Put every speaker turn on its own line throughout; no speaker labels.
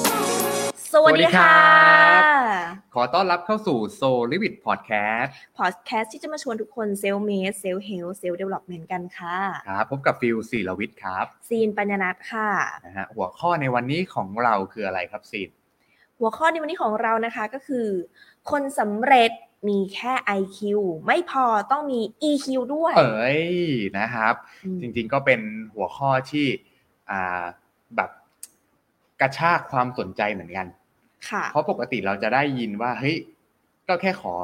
วัสดีค่ะ
สวัสดีครับ ขอต้อนรับเข้าสู่โซลิวิ t พอดแคสต์
พอดแคสต์ที่จะมาชวนทุกคนเซลเมสเซลเฮลเซลเดเวล็อปเมนต์กันค่ะ
ครับพบกับฟิลศิลวิทย์ครับ
ซีนปัญญนัทค่ะ
นะฮะหัวข้อในวันนี้ของเราคืออะไรครับซีน
หัวข้อในวันนี้ของเรานะคะก็คือ คนสำเร็จมีแค่ IQ ไม่พอต้องมี EQ ด้วย
เอ้ยนะครับ
อืม
จริงๆก็เป็นหัวข้อที่อ่าแบบกระชากความสนใจเหมือนกัน
ค่ะ
เพราะปกติเราจะได้ยินว่าเฮ้ยก็แค่ขอ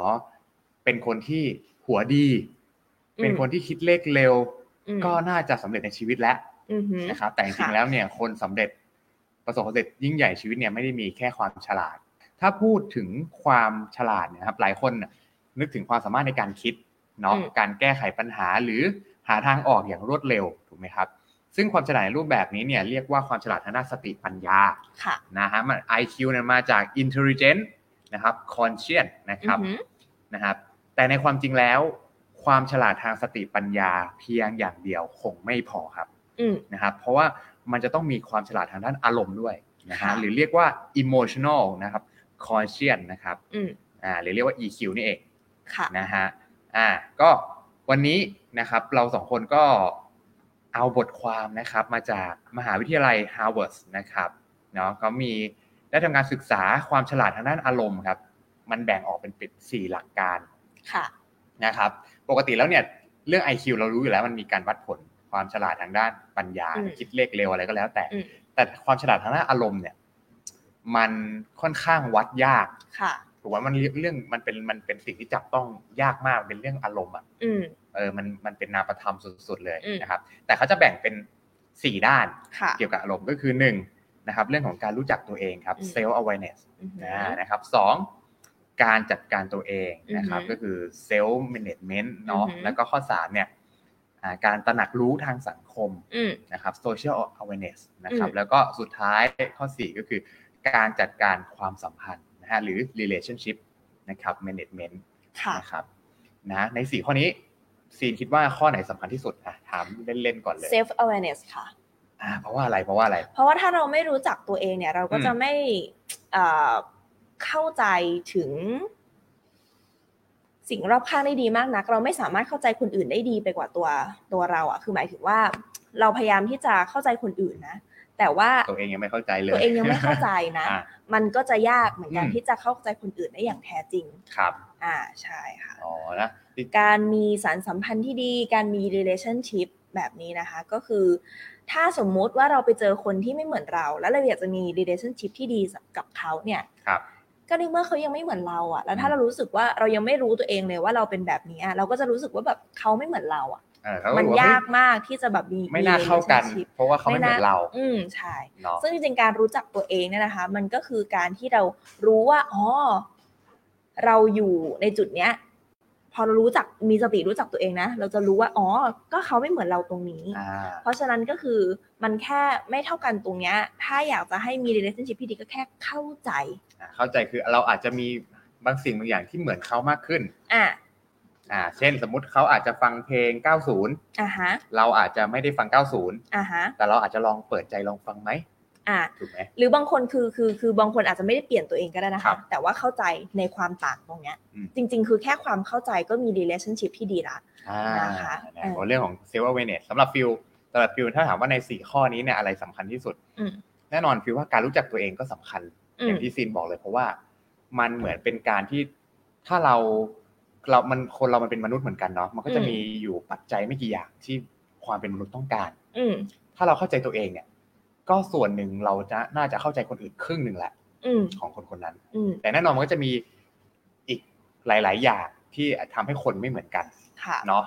เป็นคนที่หัวดี
อืม
เป็นคนที่คิดเลขเร็ว
อืม
ก็น่าจะสำเร็จในชีวิตแล้ว
อือหือ
นะครับแต่จริง
ค่ะ
ๆแล้วเนี่ยคนสำเร็จประสบความสำเร็จยิ่งใหญ่ชีวิตเนี่ยไม่ได้มีแค่ความฉลาด ถ้าพูดถึงความฉลาดเนี่ยนะครับหลายคนน่ะนึกถึงความสามารถในการคิดเนาะการแก้ไขปัญหาหรือหาทางออกอย่างรวดเร็วถูกไหมครับ ซึ่งความฉลาดในรูปแบบนี้เนี่ยเรียกว่าความฉลาดทางด้านสติปัญญา
ค่ะ
นะฮะมัน IQ เนี่ยมาจาก intelligent นะครับ conscious นะครับ
อือหือ
นะครับแต่ในความจริงแล้ว ความฉลาดทางสติปัญญาเพียงอย่างเดียวคงไม่พอครับ
อืม
นะครับเพราะว่ามันจะต้องมีความฉลาดทางด้านอารมณ์ด้วยนะฮะ
ค่ะ
หรือเรียกว่า emotional นะครับ conscious นะครับ
อืม
อ่าหรือเรียกว่า EQ นี่เอง
ค่ะ
นะฮะอ่าก็วันนี้นะครับเราสองคนก็เอาบทความนะครับมาจากมหาวิทยาลัย Harvard นะครับเนาะเขามีได้ทำการศึกษาความฉลาดทางด้านอารมณ์ครับมันแบ่งออกเป็นเป็นสี่หลักการ
ค่ะ
นะครับปกติแล้วเนี่ยเรื่อง IQ เรารู้อยู่แล้วมันมีการวัดผลความฉลาดทางด้านปัญญา
อืม
คิดเลขเร็วอะไรก็แล้ว แต่
อืม
แต่ความฉลาดทางด้านอารมณ์เนี่ยมันค่อนข้างวัดยาก
ค่ะ
ถูกไหมมันเรื่องมันเป็นมันเป็นสิ่งที่จับต้องยากมากเป็นเรื่องอารมณ์อ่ะ
อืม
เออมันมันเป็นนามธรรมสุดๆเลย
อืม
นะครับ แต่เขาจะแบ่งเป็นสี่ด้าน
ค่ะ
เกี่ยวกับอารมณ์ก็คือหนึ่งนะครับเรื่องของการรู้จักตัวเองครับ
อืม
self awareness
อือหือ
อ่านะครับสองการจัดการตัวเองนะครับ
อือฮึ
ก็คือ self management เนาะ
อือฮึ
แล้วก็ข้อสามเนี่ยอ่าการตระหนักรู้ทางสังคม
อืม
นะครับ social awareness นะครับ
อืม
แล้วก็สุดท้ายข้อสี่ก็คือการจัดการความสัมพันธ์นะฮะหรือ relationship นะครับ management
ค่ะ
นะครับนะในสี่ข้อนี้ซีนคิดว่าข้อไหนสำคัญที่สุดอ่ะถามเล่นๆก่อนเลย
self awareness ค่ะ
อ่าเพราะว่าอะไรเพราะว่าอะไร
เพราะว่าถ้าเราไม่รู้จักตัวเองเนี่ย เราก็
อืม
จะไม่เอ่อเข้าใจถึง สิ่งรอบข้างได้ดีมากนัก เราไม่สามารถเข้าใจคนอื่นได้ดีไปกว่าตัวตัวเราอะคือหมายถึงว่า เราพยายามที่จะเข้าใจคนอื่นนะ แต่ว่า
ตัวเองยังไม่เข้าใจเลย
ตัวเองยังไม่เข้าใจนะ
อ่า
มันก็จะยากเหมือนกัน
อืม
ที่จะเข้าใจคนอื่นได้อย่างแท้จริง
ครับ
อ่าใช่ค่ะ
อ๋อนะที่
การมีสารสัมพันธ์ที่ดี การมี relationship แบบนี้นะคะ ก็คือ ถ้าสมมุติว่าเราไปเจอคนที่ไม่เหมือนเรา แล้วเราอยากจะมี relationship ที่ดีกับเขาเนี่ย
ครับ
ก็ในเมื่อเขายังไม่เหมือนเราอะแล้วถ้า
อืม
เรารู้สึกว่าเรายังไม่รู้ตัวเองเลยว่าเราเป็นแบบนี้อะเราก็จะรู้สึกว่าแบบเขาไม่เหมือนเราอะ
เออเขก็
มัน
บอกว่
ยาก
เฮ้
มากที่จะแบบมี
ไม่
มี
น่าเข้ากัน
relationship
เพราะว่าเขาไม่เหมือนเรา
อืมใช่
เนาะ
ซึ่งจริงๆ การรู้จักตัวเองเนี่ยนะคะ มันก็คือการที่เรารู้ว่าอ๋อเราอยู่ในจุดเนี้ย พอเรารู้จักมีสติรู้จักตัวเองนะเราจะรู้ว่าอ๋อ ก็เขาไม่เหมือนเราตรงนี้
อ่า
เพราะฉะนั้นก็คือมันแค่ไม่เท่ากันตรงเนี้ย ถ้าอยากจะให้มี relationship ที่ดีก็แค่เข้าใจ
อ่าเข้าใจคือเราอาจจะมีบางสิ่งบางอย่างที่เหมือนเขามากขึ้น
อ่ะ
อ่าเช่นสมมุติเขาอาจจะฟังเพลง 90
อ่ะฮะ
เราอาจจะไม่ได้ฟัง 90
อ่ะฮะ
แต่เราอาจจะลองเปิดใจลองฟังไหม
อ่ะ
ถูกไหม
หรือบางคนคือคือคือบางคนอาจจะไม่ได้เปลี่ยนตัวเองก็ได้นะ
ครั
คะ
บ
แต่ว่าเข้าใจในความต่างตรงเนี้ย
อืม
จริง ๆ คือแค่ความเข้าใจก็มี relationship ที่ดีละ
อ่า
นะคะ
นะ
เออ
เพราะเรื่องของ self awareness สำหรับฟิลสำหรับฟิลถ้าถามว่าใน 4 ข้อนี้เนี่ยอะไรสำคัญที่สุด
อืม
แน่นอนฟิลว่าการรู้จักตัวเองก็สำคัญ
อื
อ
ม
ย่างที่ซีนบอกเลยเพราะว่ามันเหมือนเป็นการที่ถ้าเราเรามันคนเรามันเป็นมนุษย์เหมือนกันเนาะมันก็จะ
อืม
มีอยู่ปัจจัยไม่กี่อย่างที่ความเป็นมนุษย์ต้องการ
อืม
ถ้าเราเข้าใจตัวเองเนี่ย ก็ส่วนหนึ่งเราจะน่าจะเข้าใจคนอื่นครึ่งหนึ่งแหละ
อืม
ของคนคนนั้น
อืม
แต่แน่นอนมันก็จะมีอีกหลาย ๆ อย่างที่ทำให้คนไม่เหมือนกัน
ค่ะ
เนาะ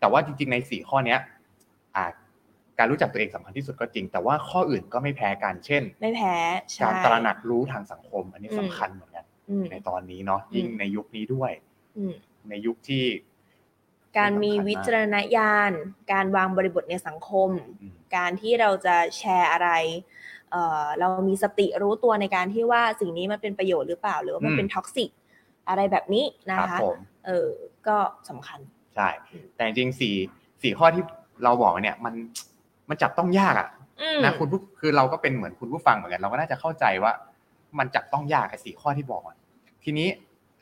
แต่ว่าจริง ๆ ในสี่ข้อเนี้ยอ่าการรู้จักตัวเองสำคัญที่สุดก็จริง แต่ว่าข้ออื่นก็ไม่แพ้กันเช่น
ไม่แพ้ใช่
การตระหนักรู้ทางสังคม อันนี้
อืม
สำคัญเหมือนกัน
อืม
ในตอนนี้เนาะยิ่ง
อืม
ในยุคนี้ด้วย
อืม
ในยุคที่
การมีวิจารณญาณ การวางบริบทในสังคม
อืม
การที่เราจะแชร์อะไร เอ่อ เรามีสติรู้ตัวในการที่ว่าสิ่งนี้มันเป็นประโยชน์หรือเปล่า หรือว่ามันเป็นท็อกซิกอะไรแบบนี้นะครับ คะ
ผม
เออ ก็สำคัญ
ใช่ แต่จริงๆสี่สี่ข้อที่เราบอกเนี่ย มันมันจับต้องยากอะ
อืม
นะคุณผู้คือเราก็เป็นเหมือนคุณผู้ฟังเหมือนกัน เราก็น่าจะเข้าใจว่า มันจับต้องยากไอ้สี่ข้อที่บอกอะทีนี้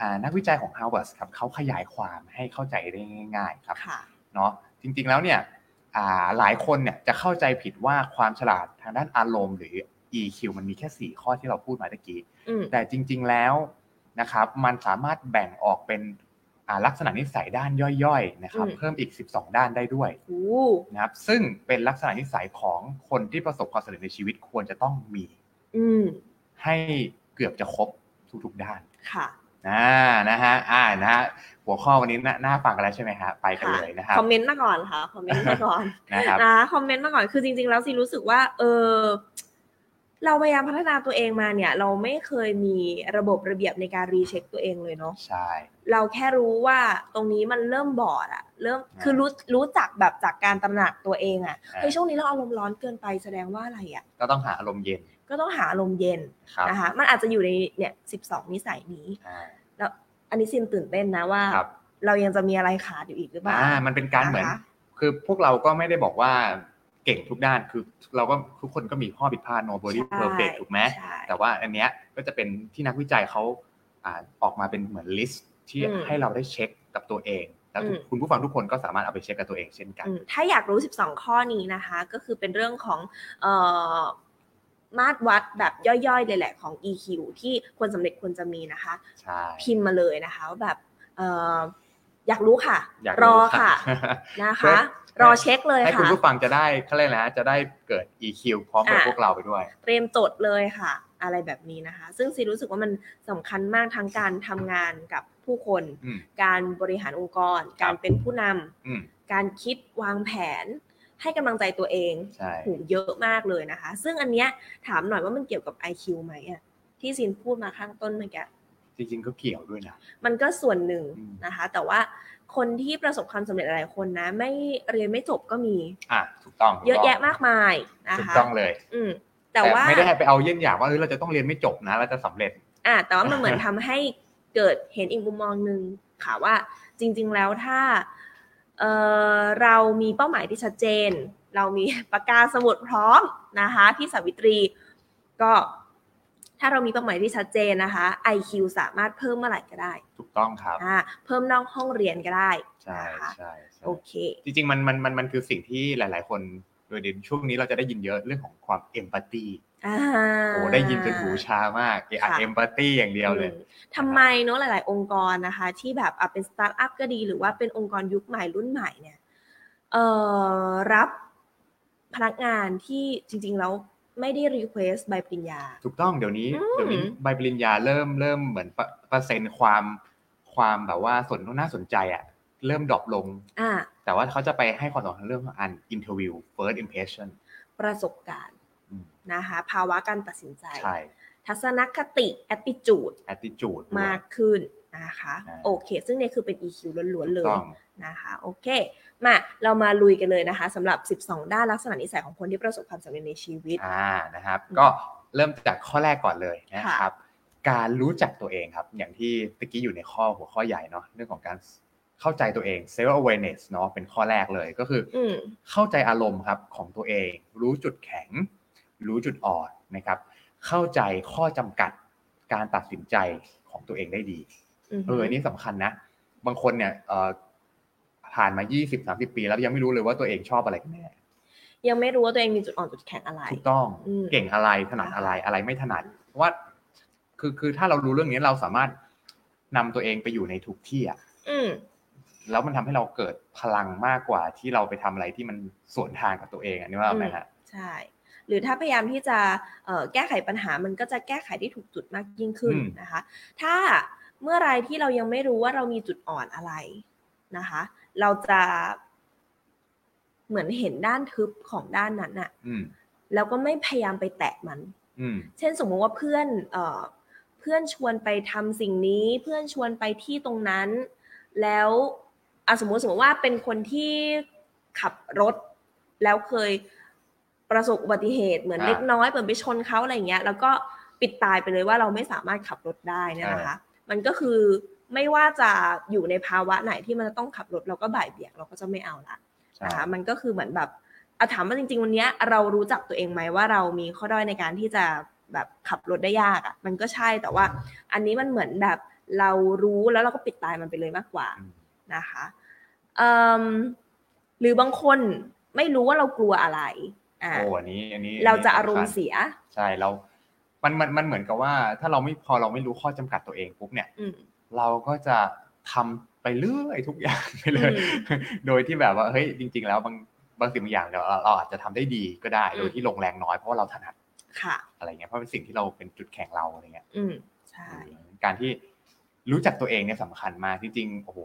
อ่านักวิจัยของ Harvard ครับเขาขยายความให้เข้าใจได้ง่าย ๆ ครับ
ค่ะ
เนาะจริงๆแล้วเนี่ยอ่าหลายคนเนี่ยจะเข้าใจผิดว่าความฉลาดทางด้านอารมณ์หรือ EQ มันมีแค่ 4 ข้อที่เราพูดมาตะกี้
อืม
แต่จริงๆแล้วนะครับมันสามารถแบ่งออกเป็นอ่าลักษณะนิสัยด้านย่อยๆนะครับเพิ่มอีก 12 ด้านได้ด้วย
โอ้
นะครับซึ่งเป็นลักษณะนิสัยของคนที่ประสบความสำเร็จในชีวิตควรจะต้องมี
อืม
ให้เกือบจะครบทุกๆด้าน
ค่ะ
อ่านะฮะอ่านะฮะหัวข้อวันนี้น่าน่าฟังกันแล้วใช่ไหมฮะไปกันเลยนะครับ
คอมเมนต์มาก่อนค่ะคอมเมนต์มาก่อน
นะครับ
นะคอมเมนต์มาก่อนคือจริง ๆ แล้วซีรู้สึกว่า เออเราพยายามพัฒนาตัวเองมาเนี่ย เราไม่เคยมีระบบระเบียบในการรีเช็คตัวเองเลยเนาะ
ใช่
เราแค่รู้ว่าตรงนี้มันเริ่มบอดอะเริ่ม
อ่า
คือรู้รู้จักแบบจากการตำหนักตัวเองอะ
อ่า
เฮ้ยช่วงนี้เราอารมณ์ร้อนเกินไปแสดงว่าอะไรอะ
ก็ต้องหาอารมณ์เย็น
ก็ต้องหาอารมณ์เย็น
ครับ
นะคะมันอาจจะอยู่ในเนี่ยสิบสองนิสัยนี้
อ่า
อันนี้ซินตื่นเต้นนะว่า
ครับ
เรายังจะมีอะไรขาดอยู่อีกหรือเปล่า
อ่ามันเป็นการเหมือน
นะคะ
คือพวกเราก็ไม่ได้บอกว่าเก่งทุกด้านคือเราก็ทุกคนก็มีข้อผิดพลาด nobody
ใช่
perfect ถูกไหม
ใช่
แต่ว่าอันเนี้ยก็จะเป็นที่นักวิจัยเขาอ่าออกมาเป็นเหมือนลิสต์ที่
อืม
ให้เราได้เช็คกับตัวเอง แล้วทุก
อืม
คุณผู้ฟังทุกคนก็สามารถเอาไปเช็คกับตัวเองเช่นกัน
อืมถ้าอยากรู้ 12 ข้อนี้นะคะ ก็คือเป็นเรื่องของเออมาตรวัดแบบย่อยๆเลยแหละของ EQ ที่ควรสำเร็จควรจะมีนะคะ
ใช่
พิมพ์มาเลยนะคะว่าแบบเอออยากรู้ค่ะ
อยาก
รอ
รู้
ค่ะ
ค่ะ
นะ
เพื่
คะ
อ
รอเช็คเลย
ให้คุณ
ค่ะ
ผู้ฟังจะได้เขาเรียกอะไรนะจะได้เกิด EQ พร้อมกับ
อ่ะ
พวกเราไปด้วย
เตรียมจดเลยค่ะ อะไรแบบนี้นะคะ ซึ่งซีรู้สึกว่ามันสำคัญมากทั้งการทำงานกับผู้คน
อืม
การบริหารองค์กร การเป็นผู้นำ
อืม
การคิดวางแผน ให้กำลังใจตัวเอง
ใช่
โอ้โหูเยอะมากเลยนะคะ ซึ่งอันเนี้ยถามหน่อยว่ามันเกี่ยวกับ IQ ไหมอะที่ซินพูดมาข้างต้นเมื่อกี้
จริงๆก็เกี่ยวด้วยนะ
มันก็ส่วนหนึ่ง
อืม
นะคะ แต่ว่าคนที่ประสบความสำเร็จหลายคนนะ ไม่เรียนไม่จบก็มี
อ่ะถูกต้องถูก
เยอะ
ต้ง
แยะมากมายนะ
ถูก
คะ
ต้องเลย
อืมแต่ว่า
ไม่ได้ให้ไปเอาเยี่ยงอย่างว่าเออเราจะต้องเรียนไม่จบนะเราจะสำเร็จ
อ่าแต่ว่ามันเหมือนทำให้เกิดเห็นอีกมุมมองหนึ่งค่ะว่าจริง ๆแล้วถ้าเออเรามีเป้าหมายที่ชัดเจน เรามี ปากกาสมุดพร้อมนะคะพี่สาวิตรี ก็ถ้าเรามีเป้าหมายที่ชัดเจนนะคะ IQ สามารถเพิ่มเมื่อไหร่ก็ได้
ถูกต้องครับ
อ่าเพิ่มนอกห้องเรียนก็ได้
ใช่
นะคะ
ใช่ใช่
โอเค
จริงๆมันมันมันมันคือสิ่งที่หลาย ๆ คนโดยเด่นช่วงนี้เราจะได้ยินเยอะเรื่องของความเอมพัตตี
อ่า
โอ้ได้ยินจนหูชามากเออ
ค่ะ
เอมพัตตีอย่างเดียวเลย
อืมทำไมเนอะหลาย ๆ องค์กรนะคะ ที่แบบอ่ะเป็นสตาร์ทอัพก็ดีหรือว่าเป็นองค์กรยุคใหม่รุ่นใหม่เนี่ยเอ่อรับพนักงานที่จริง ๆ แล้วไม่ได้รีเควสใบปริญญา
ถูกต้องเดี๋ยวนี้
อืม
เดี๋ยวนี้ใบปริญญาเริ่มเริ่มเหมือนเปอร์เปอร์เซ็นต์ความความแบบว่าสนน่าสนใจอะเริ่มดรอปลง
อ่า
แต่ว่าเขาจะไปให้ความสำคัญเรื่องของอัน interview first impression
ประสบการณ์
อืม
นะคะ ภาวะการตัดสินใจ
ใช่
ทัศนคติ attitude
attitude
มาก
ด้ว
ขึ้นนะคะ
อ่า
โอเค ซึ่งเนี่ยคือเป็น EQ ล้วน
ย
ๆ เล
ถูก
ย
ต้อง
นะคะโอเคมาเรามาลุยกันเลยนะคะสำหรับ 12 ด้านลักษณะนิสัยของคนที่ประสบความสำเร็จในชีวิต
อ่านะครับ
อืม
ก็เริ่มจากข้อแรกก่อนเลยนะ
ค่ะ
ครับ การรู้จักตัวเองครับ อย่างที่ตะกี้อยู่ในข้อหัวข้อใหญ่เนาะเรื่องของการเข้าใจตัวเอง self awareness เนาะเป็นข้อแรกเลยก็คืออ
อืม
เข้าใจอารมณ์ครับของตัวเอง รู้จุดแข็ง รู้จุดอ่อนนะครับ เข้าใจข้อจำกัดการตัดสินใจของตัวเองได้ดี
ม
เอออันนี้สำคัญนะ บางคนเนี่ยเอ่อผ่านมา 20 30 ปี แล้วยังไม่รู้เลยว่าตัวเองชอบอะไรกันแน่
ยังไม่รู้ว่าตัวเองมีจุดอ่อนจุดแข็งอะไร
ถูกต้อง
อืม
เก่งอะไร ถนัดอะไร อะไรไม่ถนัด เพราะว่า คือ คือ ถ้าเรารู้เรื่องนี้ เราสามารถนำตัวเองไปอยู่ในทุกที่อะ
อืม
แล้วมันทำให้เราเกิดพลังมากกว่าที่เราไปทำอะไรที่มันสวนทางกับตัวเองอันนี้ว่าไหมฮะ
ใช่ หรือถ้าพยายามที่จะเอ่อแก้ไขปัญหามันก็จะแก้ไขได้ถูกจุดมากยิ่งขึ้น
อืม
นะคะ ถ้าเมื่อไรที่เรายังไม่รู้ว่าเรามีจุดอ่อนอะไรนะคะ เราจะเหมือนเห็นด้านทึบของด้านนั้นอะ
อืม
แล้วก็ไม่พยายามไปแตะมัน
อืม
เช่นสมมุติว่าเพื่อนเอ่อเพื่อนชวนไปทำสิ่งนี้ เพื่อนชวนไปที่ตรงนั้น แล้วอะสมมติสมมติว่าเป็นคนที่ขับรถ แล้วเคยประสบอุบัติเหตุเหมือน
อ่า
เล็กน้อยเหมือนไปชนเขาอะไรอย่างเงี้ย แล้วก็ปิดตายไปเลยว่าเราไม่สามารถขับรถได้เนยนะคะ มันก็คือไม่ว่าจะอยู่ในภาวะไหนที่มันจะต้องขับรถเราก็บ่ายเบี่ยงเราก็จะไม่เอาละ
ใช่
นะคะมันก็คือเหมือนแบบอะถามว่าจริงๆ วันเนี้ยเรารู้จักตัวเองไหมว่าเรามีข้อด้อยในการที่จะ แบบขับรถได้ยากอะ่ะ มันก็ใช่แต่ว่า อันนี้มันเหมือนแบบเรารู้แล้วเราก็ปิดตายมันไปเลยมากกว่า
อืม
นะคะเอิ่มหรือบางคนไม่รู้ว่าเรากลัวอะไรอ่า
โอ้อันนี้อันนี้
เราจะอารม
สำคั
ณ์
ญ
เสีย
ใช่เรา มัน มัน มันเหมือนกับว่า ถ้าเราไม่พอเราไม่รู้ข้อจำกัดตัวเองปุ๊บเนี่ย
อืม
เราก็จะทำไปเรื่อยทุกอย่าง ไปเลย โดยที่แบบว่า เฮ้ย จริง ๆ แล้วบาง บางสิ่งบางอย่างเดี๋ยวเราเราอาจจะทำได้ดีก็ได้
อืม
โดยที่ลงแรงน้อยเพราะว่าเราถนัด
ค่ะ
อะไรเงี้ย เพราะเป็นสิ่งที่เราเป็นจุดแข็งเราอะไรเงี้ย
อืมใช่
การที่รู้จักตัวเองเนี่ยสำคัญมาก จริงๆ โอ้โห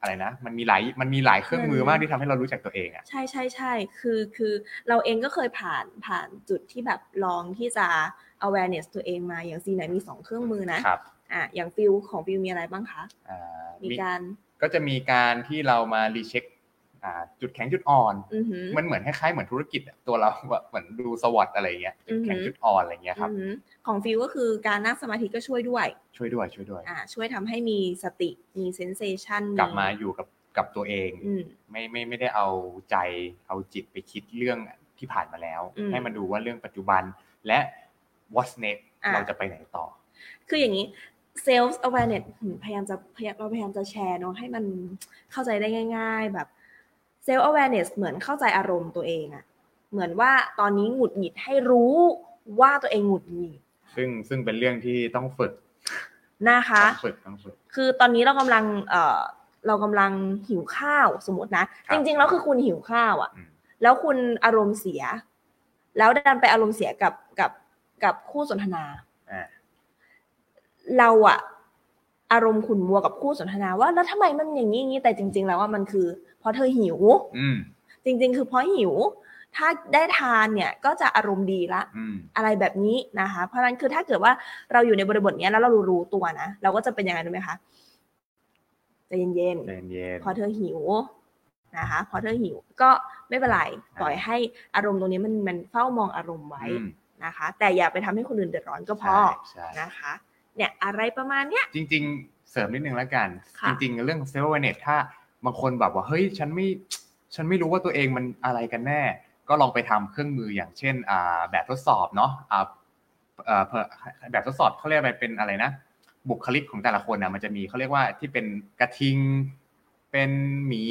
อะไรนะ มันมีหลาย มันมีหลายเครื่องมือมากที่ทำให้เรารู้จักตัวเองอะ
ใช่ใช่ใช่คือคือเราเองก็เคยผ่านผ่านจุดที่แบบลองที่จะ awareness ตัวเองมาอย่างซีไหนมีสองเครื่องมือนะครับอ่ะอย่างฟิลของฟิลมีอะไรบ้างคะ
อ่า
มี
มี
การ
ก็จะมีการที่เรามารีเช็คอ่าจุดแข็งจุดอ่อน
อือหือ
มันเหมือนคล้ายๆเหมือนธุรกิจอะตัวเราแบบเหมือนดูสวอตอะไรเงี้ย
อือหือ
แข็งจุดอ่อนอะไรเงี้ยครับ
อือหือของฟิลก็คือการนั่งสมาธิก็ช่วยด้วย
ช่วยด้วยช่วยด้วย
อ่ะช่วยทำให้มีสติมีเซนเซชัน
กลับมาอยู่กับกับตัวเอง
อืม
ไม่ไม่ไม่ได้เอาใจเอาจิตไปคิดเรื่องที่ผ่านมาแล้ว
อืม
ให้มันดูว่าเรื่องปัจจุบันและ what's next
อ่ะ
เราจะไปไหนต่อ
คืออย่างนี้ self awareness หืมพยายามจะพยายามเราพยายามจะแชร์เนาะให้มันเข้าใจได้ง่าย ๆ แบบ self awareness เหมือนเข้าใจอารมณ์ตัวเองอะเหมือนว่าตอนนี้หงุดหงิดให้รู้ว่าตัวเองหงุดหงิด
ซึ่งซึ่งเป็นเรื่องที่ต้องฝึก
นะคะ
ต้องฝึกต้องฝึก
คือตอนนี้เรากำลังเอ่อเรากำลังหิวข้าวสมมตินะ
ครั
จ
บ
ริงๆแล้วคือคุณหิวข้าวอะ
อืม
แล้วคุณอารมณ์เสีย แล้วดันไปอารมณ์เสียกับกับกับคู่สนทนา
อ่า
เราอะอารมณ์ขุนมัวกับคู่สนทนาว่าแล้วทำไมมันอย่างนี้อย่างนี้แต่จริง ๆ แล้วว่ามันคือเพราะเธอหิว
อืม
จริง ๆ คือเพราะหิว ถ้าได้ทานเนี่ยก็จะอารมณ์ดีละ
อืม
อะไรแบบนี้นะคะ เพราะฉะนั้นคือถ้าเกิดว่าเราอยู่ในบริบทเนี้ยแล้วเรารู้ตัวนะเราก็จะเป็นยังไงรู้ไหมคะใจะเย็น
ใจเย็น
ๆพอเธอหิวนะคะ พอเธอหิวก็ไม่เป็นไรปล่อยให้อารมณ์ตรงนี้มันมันเฝ้ามองอารมณ์ไว้
อืม
นะคะ แต่อย่าไปทำให้คนอื่นเดือดร้อนก็พอ
ใช่ใช่
นะคะ เนี่ยอะไรประมาณเนี้ย
จริงๆ เสริมนิดนึงแล้วกัน
ค่ะ
จริงๆ เรื่องเซลล์เวเนตถ้าบางคนแบบว่าเฮ้ยฉันไม่ฉันไม่รู้ว่าตัวเองมันอะไรกันแน่ ก็ลองไปทำเครื่องมืออย่างเช่นอ่าแบบทดสอบเนาะอ่าเอ่อแบบทดสอบเขาเรียกอะไรเป็นอะไรนะ บุคลิกของแต่ละคนนะมันจะมีเขาเรียกว่าที่เป็นกระทิง เป็นหมี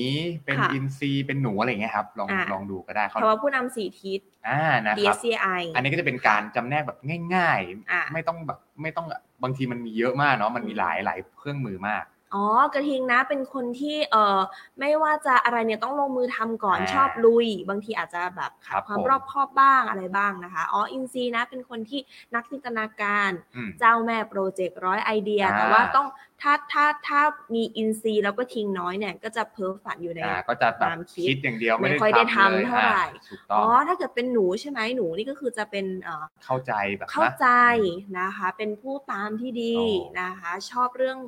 เป็น
ค่ะ
อินทรีเป็นหนูอะไรอย่างเงี้ยครับลอง
อ่า
ลองดูก็ได้เขา
คำว่าผู้นำสี่ทิศ
อ่านะครับ
DSCI
อันนี้ก็จะเป็นการจำแนกแบบง่าย
อ่ะ
ๆ ไม่ต้องแบบไม่ต้องบางทีมันมีเยอะมากเนาะมันมีหลายหลายเครื่องมือมาก
อ๋อกระทิงนะเป็นคนที่เอ่อไม่ว่าจะอะไรเนี่ยต้องลงมือทำก่อน
อ่า
ชอบลุย บางทีอาจจะแบบ
ครับ
ความ
ผม
รอบคอบบ้างอะไรบ้างนะคะ อ๋ออินซีนะเป็นคนที่นักจินตนาการ
อืม
เจ้าแม่โปรเจกต์ร้อยไอเดีย
อ่า
แต่ว่าต้องถ้าถ้าถ้ามีอินซีแล้วก็ทิงน้อยเนี่ยก็จะเพ้อฝันอยู่ใน
อ่าก็จะแบบ
ความคิด
คิดอย่างเดียว
ไม่
ไม่ได้
ค่อยได้
ทำเลย
ทำเท่าไหร่
อ่ถูกต้
อ๋
อ
อง ถ้าเกิดเป็นหนูใช่ไหมหนูนี่ก็คือจะเป็นเอ่อ
เข้าใจแบบ
เข้า
นะ
ใจนะคะ เป็นผู้ตามที่ดี
โอ้
นะคะ ชอบเรื่อง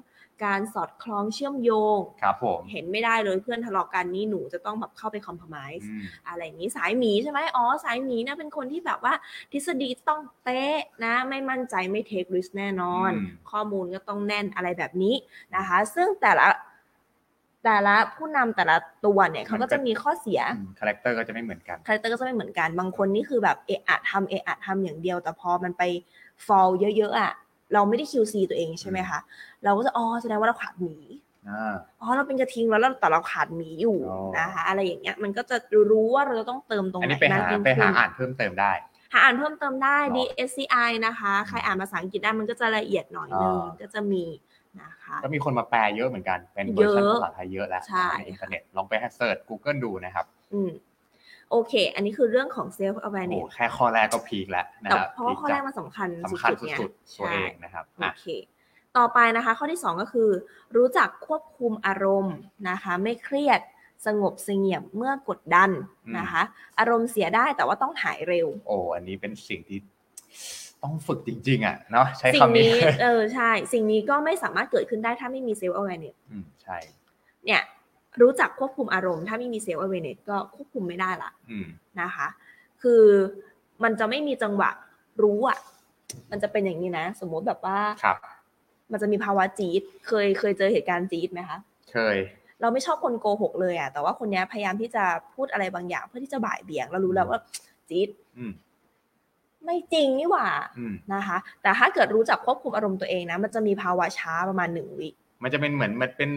การสอดคล้องเชื่อมโยง
ครับผม
เห็นไม่ได้เลยเพื่อนทะเลาะกันนี่หนูจะต้องแบบเข้าไปคอมเพลมไ์
อืม
อะไรอย่างนี้สายหมีใช่ไหมอ๋อสายหมีนะเป็นคนที่แบบว่าทฤษฎีต้องเป๊ะนะ ไม่มั่นใจไม่เทคริสแน่นอน ข้อมูลก็ต้องแน่นอะไรแบบนี้นะคะ ซึ่งแต่ละแต่ละผู้นำแต่ละตัวเนี่ยเขาก็จะมีข้อเสีย
อืมคาแรคเตอร์ก็จะไม่เหมือนกัน
คาแรคเตอร์ก็จะไม่เหมือนกัน บางคนนี่คือแบบเอะอะทำเอะอะทำอย่างเดียว แต่พอมันไป fall เยอะๆอะเราไม่ได้ QC ตัวเองใช่ไหมคะ เราก็จะอ๋อแสดงว่าเราขาดหมี
อ่า
อ๋อเราเป็นกระทิงแล้วแล้วแต่เราขาดหมีอยู่
อ๋อ
นะคะ อะไรอย่างเงี้ยมันก็จะรู้ว่าเราจะต้องเติมตรงไห
อัน
น
นี้ไปหาม
ากยิ่ง
ไป
ขึ้
หาน อ่านเพิ่มเติมได้
หาอ่านเพิ่มเติมได้
เนาะ
DSCI นะคะ ใครอ่านภาษาอังกฤษได้มันก็จะละเอียดหน่อยนึง
อ่ามั
นก็จะมีนะคะ
ก็มีคนมาแปลเยอะเหมือนกัน เป็นเวอร์ชัน
เยอะ
ภาษาไทยเยอะแล้ว
ใช่
ในอินเทอร์เน็ตลองไปเสิร์ช Google ดูนะครับ
อืมโอเค อันนี้คือเรื่องของ self
โอ้โห
awareness
แค่ข้อแรกก็พีคแล้วนะ
แต่
ครับ
เพราะว่าข้อแรกมันสำคัญ
สำคัญ
ๆไง
สุดๆ ตัว
ใช่
เองนะครับ
โอ
อ่ะ
เค ต่อไปนะคะ ข้อที่ 2 ก็คือ รู้จักควบคุมอารมณ์นะคะ ไม่เครียดสงบเสงี่ยมเมื่อกดดันนะคะ อารมณ์เสียได้แต่ว่าต้องหายเร็ว
โอ้อันนี้เป็นสิ่งที่ต้องฝึกจริง ๆ อ่ะเนาะใช้
สิ่ง
คำนี้
นี้เออใช่ สิ่งนี้ก็ไม่สามารถเกิดขึ้นได้ถ้าไม่มีเซลล์ awareness
อืมใช่
เนี่ยรู้จักควบคุมอารมณ์ ถ้าไม่มีเซลล์ awareness ก็ควบคุมไม่ได้ละ
อืม
นะคะ คือมันจะไม่มีจังหวะรู้อะมันจะเป็นอย่างนี้นะ สมมติแบบว่า
ครับ
มันจะมีภาวะจี๊ดเคยเคยเจอเหตุการณ์จี๊ดไหมคะ
เคย
เราไม่ชอบคนโกหกเลยอะแต่ว่าคนเนี้ยพยายามที่จะพูดอะไรบางอย่างเพื่อที่จะบ่ายเบี่ยง เรารู้แล้วว่าจี๊ด
อืม
ไม่จริงนี่หว่า
อืม
นะคะ แต่ถ้าเกิดรู้จักควบคุมอารมณ์ตัวเองนะ มันจะมีภาวะช้าประมาณหนึ่งวิ
มันจะเป็นเหมือนมันเป็น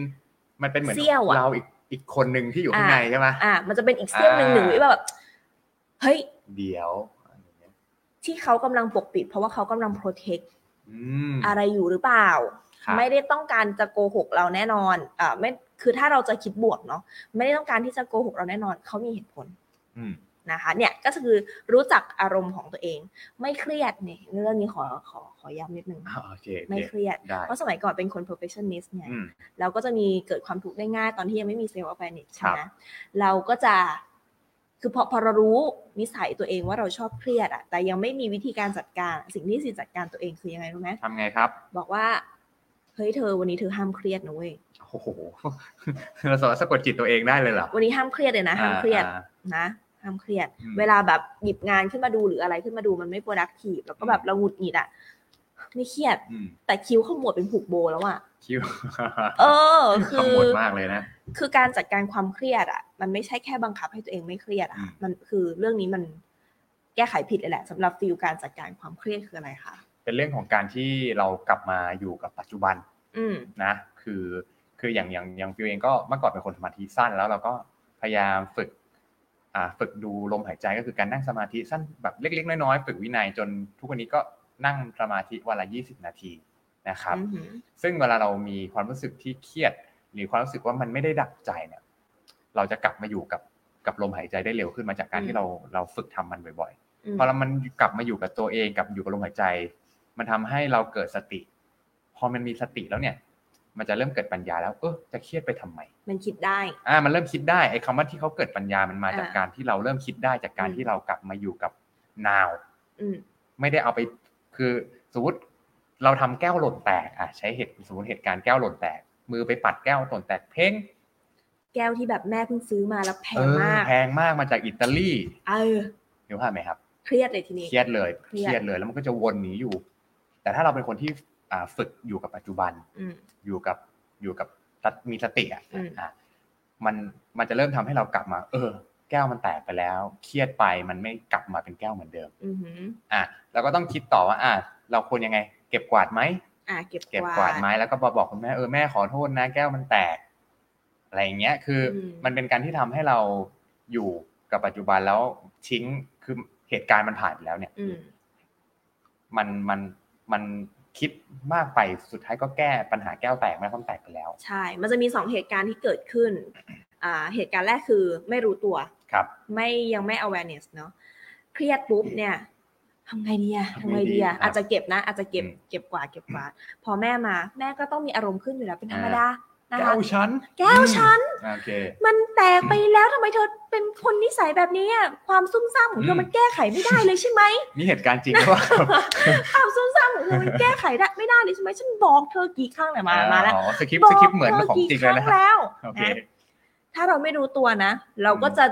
มันเป็นเหมือน
เสี้ยวอะ
เราอีกอีกคนหนึ่งที่อยู่ข้าง
อ่า
ในใช่ไหม
อ่ะมันจะเป็นอีกเสี้ยวหนึ่ง
อ่า
หนึ่งวิว่าแบบเฮ้ย
เดี๋ยวอะไรอย่างเงี้ย
ที่เขากำลังปกปิด เพราะว่าเขากำลังโปรเทค
อืม
อะไรอยู่หรือเปล่า
ครับ
ไม่ได้ต้องการจะโกหกเราแน่นอนอ่าไม่คือถ้าเราจะคิดบวกเนาะไม่ได้ต้องการที่จะโกหกเราแน่นอน เขามีเหตุผล
อืม
นะคะเนี่ยก็คือรู้จักอารมณ์ของตัวเอง ไม่เครียดเนี่ยเรื่องนี้ขอขอขอย้ำนิดนึง
อ่าโอเคโอ
ไม่
เค
เครียด
ได้
เพราะสมัยก่อนเป็นคน perfectionist เนี่ย
อืม
เราก็จะมีเกิดความทุกข์ได้ง่ายตอนที่ยังไม่มีเซลล์ awareness
ครับ
ใช่ไหมเราก็จะ คือพอพอเรารู้นิสัยตัวเองว่าเราชอบเครียดอะแต่ยังไม่มีวิธีการจัดการ สิ่งที่สิจัดการตัวเองคือยังไงรู้ไหม
ทำไงครับ
บอกว่า เฮ้ยเธอวันนี้เธอห้ามเครียดนะเว้ย
โอ้โห เราสามารถสะกดจิตตัวเองได้เลยเหรอ
วันนี้ห้ามเครียดเลยนะ ห้ามเครียด
อ่า
นะ ห้ามเครียด
อืม
เวลาแบบหยิบงานขึ้นมาดูหรืออะไรขึ้นมาดูมันไม่ productive แล้วก็แบบ
อืม
เราหงุดหงิดอะไม่เครียด
อืม
แต่คิ้วขมวดเป็นผูกโบแล้วอะ
คิว
เออ คือ
ขมวดมากเลยนะ
คือการจัดการความเครียดอ่ะ มันไม่ใช่แค่บังคับให้ตัวเองไม่เครียดอ่ะ
อืม
มันคือเรื่องนี้มันแก้ไขผิดเลยแหละสำหรับฟิลการจัดการความเครียดคืออะไรคะ
เป็นเรื่องของการที่เรากลับมาอยู่กับปัจจุบัน
อืม
นะ คือคืออย่างอย่างอย่างฟิวเองก็เมื่อก่อนเป็นคนสมาธิสั้น แล้วเราก็พยายามฝึกอ่าฝึกดูลมหายใจก็คือการนั่งสมาธิสั้นแบบเล็ก ๆ น้อยๆฝึกวินัยจนทุกวันนี้ก็นั่งสมาธิวันละยี่สิบนาทีนะครับ
อือหือ
ซึ่งเวลาเรามีความรู้สึกที่เครียด หรือความรู้สึกว่ามันไม่ได้ดักใจเนี่ยเราจะกลับมาอยู่กับกับลมหายใจได้เร็วขึ้นมาจากการ
อืม
ที่เราเราฝึกทำมันบ่อย
อืม
ๆพอเรามันกลับมาอยู่กับตัวเองกับอยู่กับลมหายใจ มันทำให้เราเกิดสติ พอมันมีสติแล้วเนี่ย มันจะเริ่มเกิดปัญญาแล้วเออจะเครียดไปทำไม
มันคิดได้
อ่ามันเริ่มคิดได้ไอ้คำว่าที่เขาเกิดปัญญามันมาจาก
อ่า
การที่เราเริ่มคิดได้จากการ
อืม
ที่เรากลับมาอยู่กับนาว
อืม
ไม่ได้เอาไปคือสมมติเราทำแก้วหล่นแตกอ่ะใช้เหตุสมมติเหตุการณ์แก้วหล่นแตก มือไปปัดแก้วหล่นแตกเพ้ง
แก้วที่แบบแม่เพิ่งซื้อมาแล้วแพงมาก
เออแพงมากมาจากอิตาลี
เออ
เดี๋ยวว่าพไหมครับ
เครียดเลยทีนี้
เครียดเลย
เค
เค
รี
รี
ยด
ยดเลยแล้วมันก็จะวนหนีอยู่ แต่ถ้าเราเป็นคนที่อ่าฝึกอยู่กับปัจจุบัน
อืม
อยู่กับอยู่กับตัดมีสติอ่ะ
อืม
อ่ะมันมันจะเริ่มทำให้เรากลับมา เออ แก้วมันแตกไปแล้ว เครียดไปมันไม่กลับมาเป็นแก้วเหมือนเดิม
อือหือ
อ่ะเราก็ต้องคิดต่อว่าอ่ะเราควรยังไง เก็บกวาดไหม
อ่ะเก็บ
เก็บกวาดไม้แล้วก็มาบอกคุณแม่เออแม่ขอโทษนะแก้วมันแตก อะไรอย่างเงี้ยคืออ
ม
มันเป็นการที่ทำให้เราอยู่กับปัจจุบันแล้วทิ้งคือเหตุการณ์มันผ่านไปแล้วเนี่ย
อืม
มันมันมันคิดมากไปสุดท้ายก็แก้ปัญหาแก้วแตกแม่ต้องแตกไปแล้ว
ใช่ มันจะมีสองเหตุการณ์ที่เกิดขึ้น อ่า เหตุการณ์แรกคือไม่รู้ตัว
ครับ
ไม่ยังไม่ awareness เนาะเครียดปุ๊บเนี่ยทำไงดีอะทำไงดีอะ
ทำไงดีครับ
อาจจะเก็บนะ อาจจะเก็บ
อืม
เก็บกวาดเก็บกวาดพอแม่มา แม่ก็ต้องมีอารมณ์ขึ้นอยู่แล้วเป็นธรรมดานะ
แก้
คะ
วฉัน
แก้วฉัน
อืมโอเค
มันแตกไปแล้วทำไมเธอเป็นคนนิสัยแบบนี้อะความซุ่มซ่ามของเธออ
ม
มันแก้ไขไม่ได้เลยใช่ไหม
นี่เหตุการณ์จริงหรือเปล่า
ความซุ่มซ่ามของเธอมันแก้ไขได้ไม่ได้เลยใช่ไหมฉันบอกเธอกี่ครั้งแล้วมามาแล้ว
อ๋อสคริป
บ
ต์
อ
ส
ก
คริปต์เหมือนของจริงเลย
ธอ
นะ
กี่ครั้แล้ว
โอเค
นะถ้าเราไม่รู้ตัวนะ เราก็
อืม
จะ